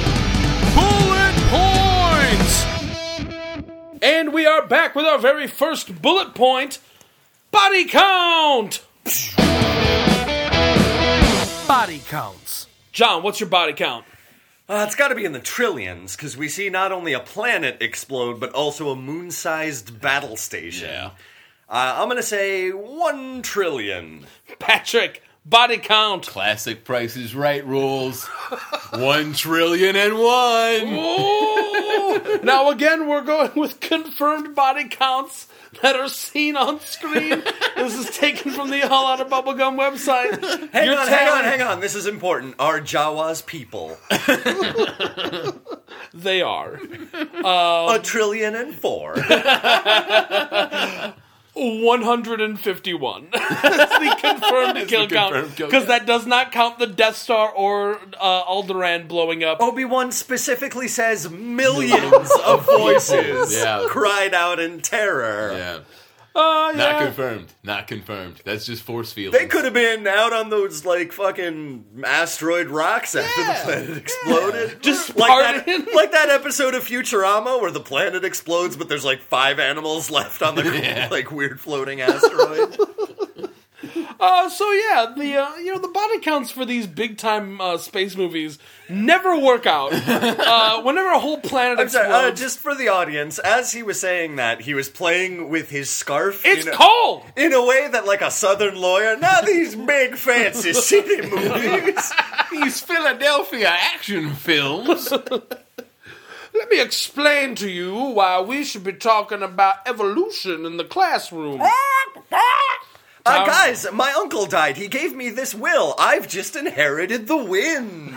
Bullet points. And we are back with our very first bullet point: body count. Body counts. John, what's your body count? Uh, it's got to be in the trillions because we see not only a planet explode, but also a moon sized battle station. Yeah. Uh, I'm going to say one trillion. Patrick, body count. Classic Price is Right rules. one trillion and one. Oh! now again, we're going with confirmed body counts that are seen on screen. this is taken from the All Out of Bubblegum website. Hang You're on, hang on, telling- hang on. This is important. Are Jawa's people They are Oh. a trillion and four? 151. That's the confirmed kill the count confirmed kill because count. that does not count the Death Star or uh, Alderaan blowing up. Oh, Obi Wan specifically says millions of voices Yeah. cried out in terror. Yeah. Uh, yeah. Not confirmed. Not confirmed. That's just force feelings. They could have been out on those like fucking asteroid rocks after the planet exploded. Just like that, partying. like that episode of Futurama where the planet explodes, but there's like five animals left on the like weird floating asteroid. Uh, so yeah, the uh, you know the body counts for these big time uh, space movies never work out. uh, whenever a whole planet I'm sorry, explodes, uh, just for the audience, as he was saying that, he was playing with his scarf. it's in a, cold. in a way that like a southern lawyer. Now these big fancy city movies. These Philadelphia action films. Let me explain to you why we should be talking about evolution in the classroom. Uh, guys, my uncle died. He gave me this will. I've just inherited the wind.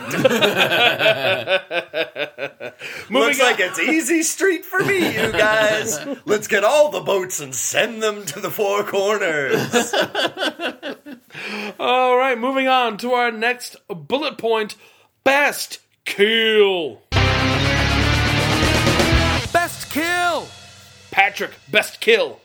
Looks on. like it's easy street for me, you guys. Let's get all the boats and send them to the four corners. All right, moving on to our next bullet point best kill. Best kill. Patrick, best kill.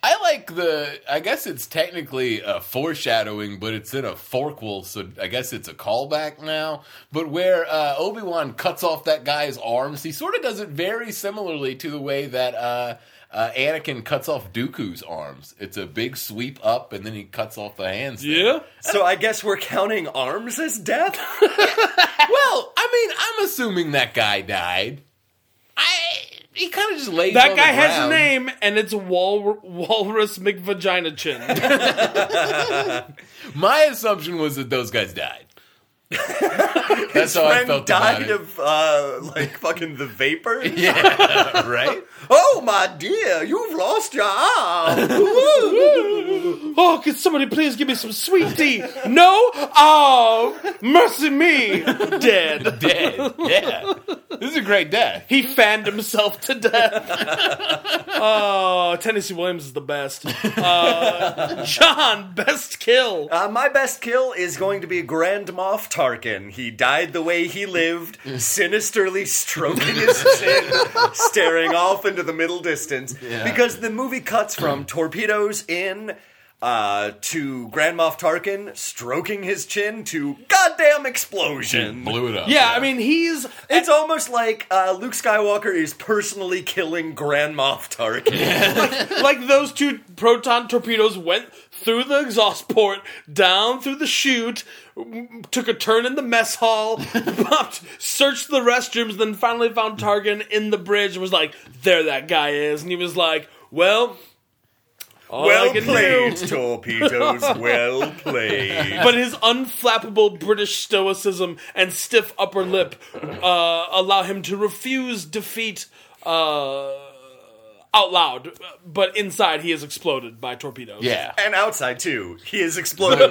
I like the. I guess it's technically a foreshadowing, but it's in a forkwell, so I guess it's a callback now. But where uh, Obi Wan cuts off that guy's arms, he sort of does it very similarly to the way that uh, uh, Anakin cuts off Dooku's arms. It's a big sweep up, and then he cuts off the hands. there. Yeah. So I guess we're counting arms as death? Well, I mean, I'm assuming that guy died. I. He kind of just lays. That on guy the has a ground. name, and it's Wal- Walrus McVagina Chin. My assumption was that those guys died. That's how Oh, I Friend felt about died it. of, uh, like, fucking the vapor? yeah, right. Oh, my dear, you've lost your arm. oh, could somebody please give me some sweet tea? No? Oh, mercy me. Dead. dead. Yeah. This is a great death. He fanned himself to death. oh, Tennessee Williams is the best. Uh, John, best kill. Uh, my best kill is going to be Grand Moff Tarkin. He died the way he lived, sinisterly stroking his chin, staring off into the middle distance. Because the movie cuts from torpedoes in uh, to Grand Moff Tarkin stroking his chin to goddamn explosion. Blew it up. Yeah, I mean, he's. It's almost like uh, Luke Skywalker is personally killing Grand Moff Tarkin. like those two proton torpedoes went through the exhaust port, down through the chute, w- took a turn in the mess hall, popped, searched the restrooms, then finally found Targan in the bridge and was like, there that guy is. And he was like, well, all I well can played, do. torpedoes. Well played. But his unflappable British stoicism and stiff upper lip uh, allow him to refuse defeat uh, out loud. But inside, he is exploded by torpedoes. Yeah. and outside too. He is exploded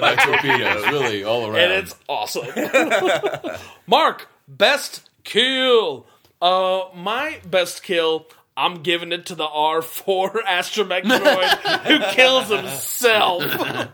by Torpedoes, really, all around. and it's awesome. Mark, best kill. Uh, my best kill. I'm giving it to the R4 astromech droid who kills himself.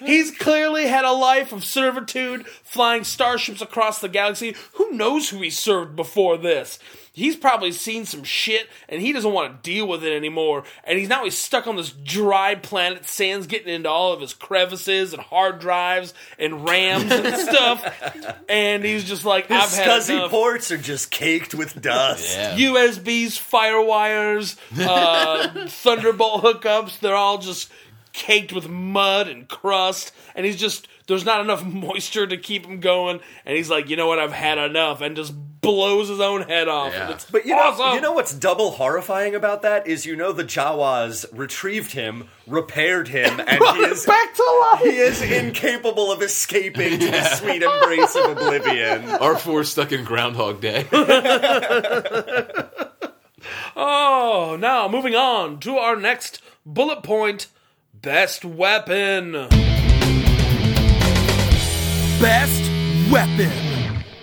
He's clearly had a life of servitude, flying starships across the galaxy. Who knows who he served before this? He's probably seen some shit and he doesn't want to deal with it anymore. And he's now he's stuck on this dry planet. Sand's getting into all of his crevices and hard drives and rams and stuff. And he's just like, I've had scuzzy enough. ports are just caked with dust. yeah. USBs, firewires, uh, Thunderbolt hookups, they're all just caked with mud and crust. And he's just, there's not enough moisture to keep him going. And he's like, you know what, I've had enough. And just blows his own head off. Yeah. And it's But you know, awesome. you know what's double horrifying about that is you know the Jawas retrieved him, repaired him, and he is back to life. he is incapable of escaping to the sweet embrace of oblivion. R4 stuck in Groundhog Day. Oh, now moving on to our next bullet point best weapon. Best weapon.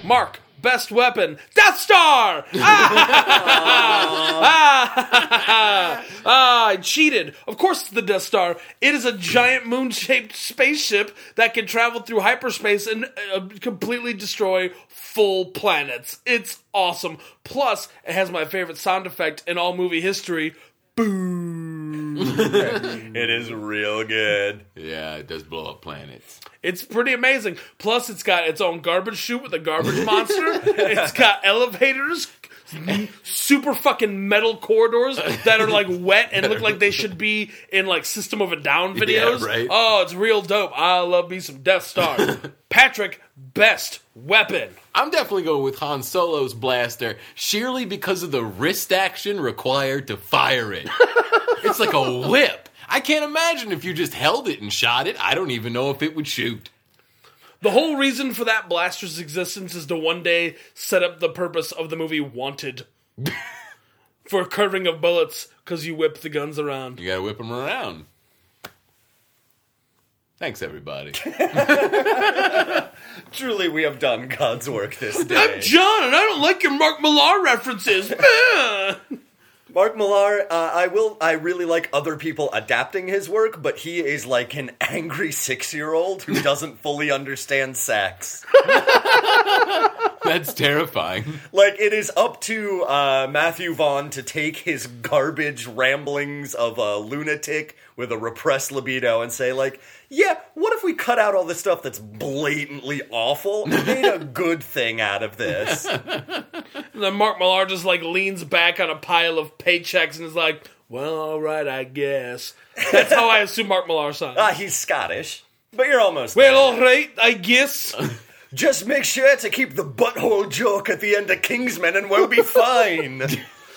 Mark, best weapon, Death Star. Ah, Ah, I cheated. Of course, it's the Death Star. It is a giant moon-shaped spaceship that can travel through hyperspace and uh, completely destroy full planets. It's awesome. Plus, it has my favorite sound effect in all movie history. It is real good. yeah, it does blow up planets. It's pretty amazing. Plus, it's got its own garbage chute with a garbage monster. it's got elevators, super fucking metal corridors that are like wet and look like they should be in like System of a Down videos. right. Oh, it's real dope. I love me some Death Star. Patrick, best weapon. I'm definitely going with Han Solo's blaster, sheerly because of the wrist action required to fire it. it's like a whip. I can't imagine if you just held it and shot it. I don't even know if it would shoot. The whole reason for that blaster's existence is to one day set up the purpose of the movie Wanted for curving of bullets because you whip the guns around. You gotta whip them around. Thanks, everybody. Truly, we have done God's work this day. John, and I don't like your Mark Millar references. Mark Millar, uh, I will. I really like other people adapting his work, but he is like an angry six-year-old who doesn't fully understand sex. That's terrifying. Like it is up to uh, Matthew Vaughn to take his garbage ramblings of a lunatic with a repressed libido and say, like, yeah, what if we cut out all the stuff that's blatantly awful and made a good thing out of this? And then Mark Millar just like leans back on a pile of paychecks and is like, "Well, all right, I guess." That's how I assume Mark Millar sounds. Ah, he's Scottish, but you're almost. well, all right, I guess. Just make sure to keep the butthole joke at the end of Kingsman and we'll be fine.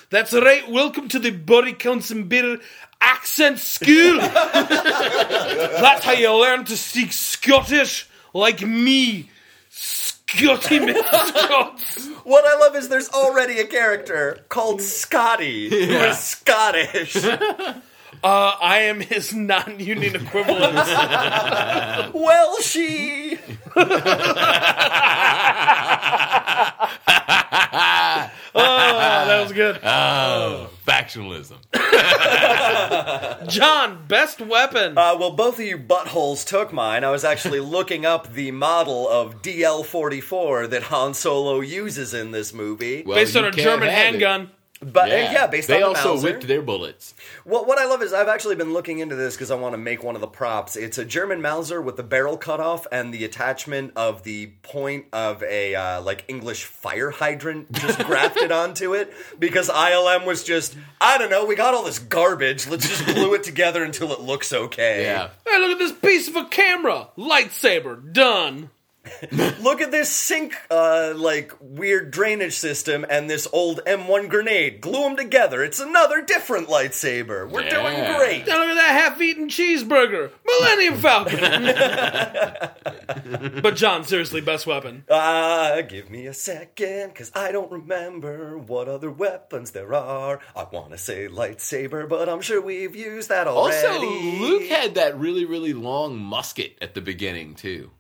That's right. Welcome to the Body Counts and Beer Accent School. That's how you learn to speak Scottish, like me, Scotty Scots. what I love is there's already a character called Scotty who is Scottish. Uh, I am his non-union equivalent. well, she. Oh, that was good. Uh, Factionalism. John, best weapon. Uh, well, both of you buttholes took mine. I was actually looking up the model of DL44 that Han Solo uses in this movie. Well, Based on you a can't German have it. handgun. but yeah, yeah based they on the also Mauser. whipped their bullets. Well, what I love is I've actually been looking into this because I want to make one of the props. It's a German Mauser with the barrel cut off and the attachment of the point of a uh, like English fire hydrant just grafted onto it because ILM was just I don't know. We got all this garbage. Let's just glue it together until it looks okay. Yeah, Hey, look at this piece of a camera. Lightsaber. Done. Look at this sink, uh, like weird drainage system and this old M1 grenade. Glue them together. It's another different lightsaber. We're Yeah. doing great. Now look at that half-eaten cheeseburger. Millennium Falcon. but John, seriously, best weapon. Ah, give me a second, cause I don't remember what other weapons there are. I wanna say lightsaber, but I'm sure we've used that already. Also, Luke had that really, really long musket at the beginning too.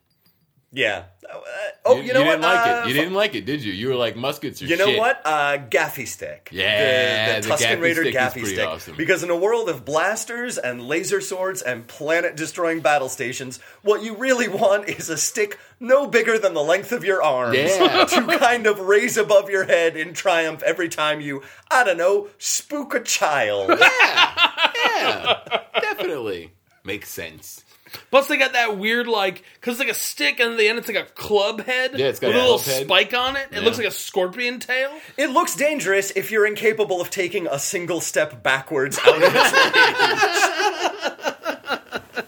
Yeah. Uh, oh, you, know what? didn't like Uh, it. You didn't like it, did you? You were like muskets or You know shit. what? Uh, gaffy stick. Yeah, the, the the Tusken gaffy Raider stick is gaffy pretty stick. awesome. Because in a world of blasters and laser swords and planet-destroying battle stations, what you really want is a stick no bigger than the length of your arms Yeah. to kind of raise above your head in triumph every time you, I don't know, spook a child. Yeah, definitely makes sense. Plus, they got that weird like, cause it's like a stick, and at the end it's like a club head. Yeah, it's got with a a little club head. spike on it. It looks like a scorpion tail. it looks dangerous if you're incapable of taking a single step backwards out of its range.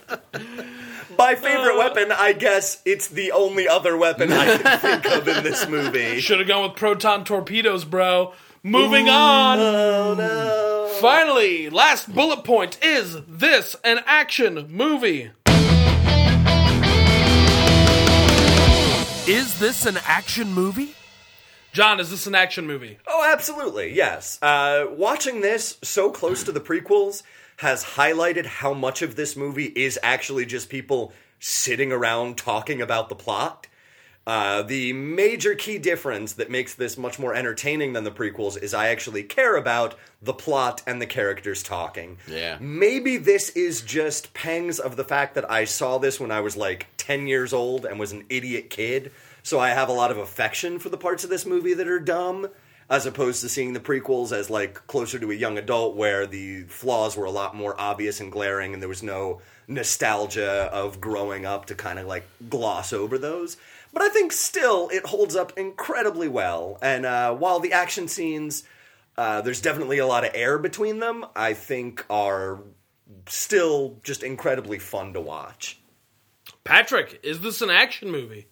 My favorite weapon, I guess, it's the only other weapon I can think of in this movie. Should have gone with proton torpedoes, bro. Moving on. Finally, last bullet point is this an action movie? Is this an action movie? John, is this an action movie? Oh, absolutely, yes. Uh, watching this so close to the prequels has highlighted how much of this movie is actually just people sitting around talking about the plot. Uh, the major key difference that makes this much more entertaining than the prequels is I actually care about the plot and the characters talking. Yeah. Maybe this is just pangs of the fact that I saw this when I was like 10 years old and was an idiot kid. So I have a lot of affection for the parts of this movie that are dumb, as opposed to seeing the prequels as like closer to a young adult where the flaws were a lot more obvious and glaring and there was no nostalgia of growing up to kind of like gloss over those. But I think still it holds up incredibly well. And uh, while the action scenes. Uh, there's definitely a lot of air between them. I think are still just incredibly fun to watch. Patrick, is this an action movie?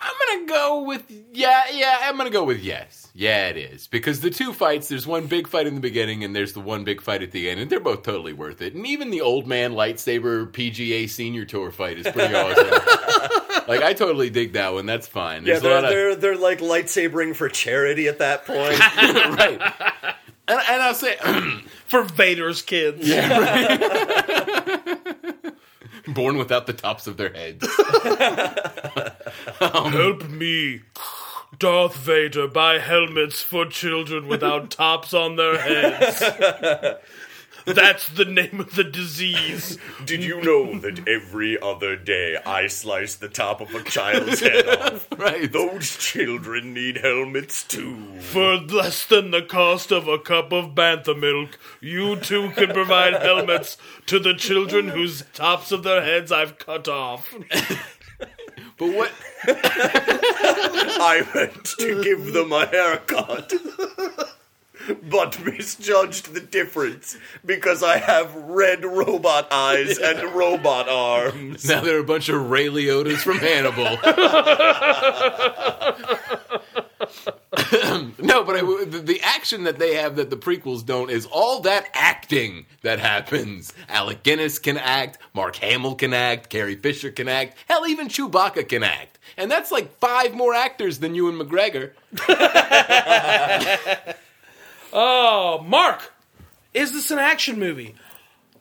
I'm gonna go with yeah, yeah. I'm gonna go with yes. Yeah, it is because the two fights. There's one big fight in the beginning, and there's the one big fight at the end, and they're both totally worth it. And even the old man lightsaber PGA Senior Tour fight is pretty awesome. like I totally dig that one. That's fine. Yeah, There's a they're, lot of- they're they're like lightsabering for charity at that point. right. And, and I'll say, For Vader's kids. born without the tops of their heads. Help me. Darth Vader buy helmets for children without tops on their heads. That's the name of the disease. Did you know that every other day I slice the top of a child's head off? Right. Those children need helmets too. For less than the cost of a cup of bantha milk, you too can provide helmets to the children whose tops of their heads I've cut off. But what? I went to give them a haircut. But misjudged the difference because I have red robot eyes and robot arms. Now they're a bunch of Ray Liotas from Hannibal. no, but I, the, the action that they have that the prequels don't is all that acting that happens. Alec Guinness can act, Mark Hamill can act, Carrie Fisher can act, hell, even Chewbacca can act. And that's like five more actors than you and McGregor. Uh, Mark, is this an action movie?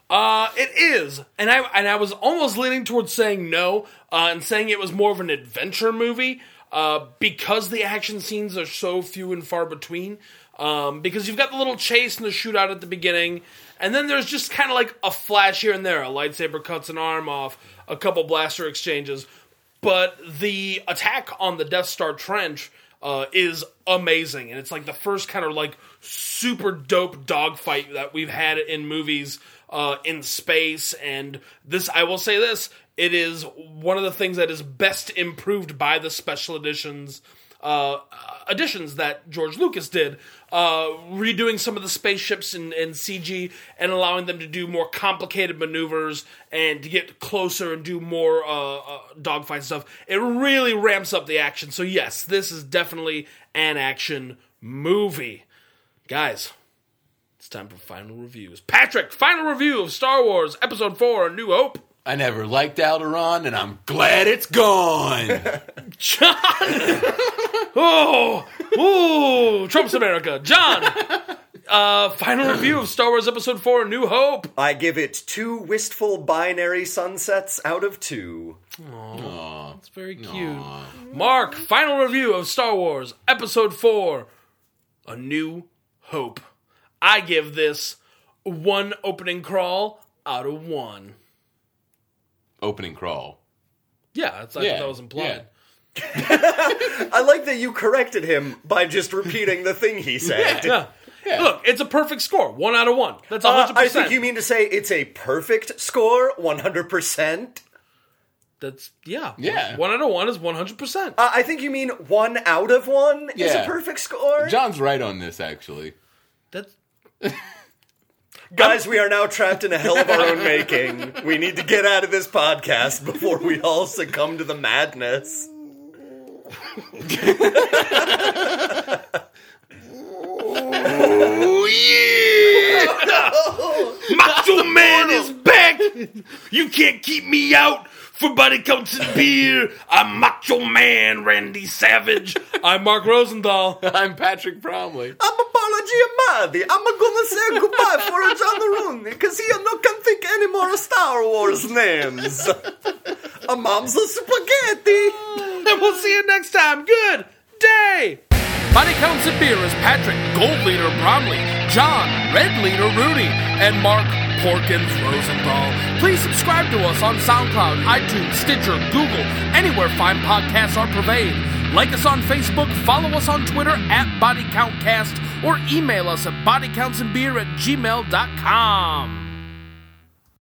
Uh, it is, and I and I was almost leaning towards saying no, uh, and saying it was more of an adventure movie, uh, because the action scenes are so few and far between. Um, because you've got the little chase and the shootout at the beginning, and then there's just kind of like a flash here and there. A lightsaber cuts an arm off, a couple blaster exchanges, but the attack on the Death Star trench uh, is amazing, and it's like the first kind of like super dope dogfight that we've had in movies uh, in space. And this, I will say this, it is one of the things that is best improved by the special editions uh, additions that George Lucas did, uh, redoing some of the spaceships in, in CG and allowing them to do more complicated maneuvers and to get closer and do more uh, uh, dogfight stuff. It really ramps up the action. So, yes, this is definitely an action movie. Guys, it's time for final reviews. Patrick, final review of Star Wars Episode 4 A New Hope. I never liked Alderaan, and I'm glad it's gone. John. oh, ooh, Trump's America. John. Uh, final review of Star Wars Episode Four: A New Hope. I give it two wistful binary sunsets out of two. That's very cute. Mark. Final review of Star Wars Episode Four: A New Hope. I give this one opening crawl out of one. Opening crawl. Yeah, that's, I Yeah, thought that was implied. I like that you corrected him by just repeating the thing he said. Yeah. Look, it's a perfect score. One out of one. That's Uh, hundred I percent. think you mean to say it's a perfect score, 100%? That's yeah. Yeah. One out of one is one hundred percent. Uh, I think you mean one out of one is a Yeah. perfect score? John's right on this, actually. That's Guys, we are now trapped in a hell of our own making. We need to get out of this podcast before we all succumb to the madness. Macho Man is back. You can't keep me out for body counts and beer. I'm Macho Man Randy Savage. I'm Mark Rosenthal. I'm Patrick Bromley. I'm apology Amadi. I'm gonna say goodbye for John Rooney because he no can think any more Star Wars names. A mom's a spaghetti. and we'll see you next time. Good day. Body Counts and Beer is Patrick, Gold Leader Bromley, John, Red Leader Rudy, and Mark Porkins Rosenthal. Please subscribe to us on SoundCloud, iTunes, Stitcher, Google, anywhere fine podcasts are purveyed. Like us on Facebook, follow us on Twitter at BodyCountCast, or email us at bodycountsandbeer at gmail.com.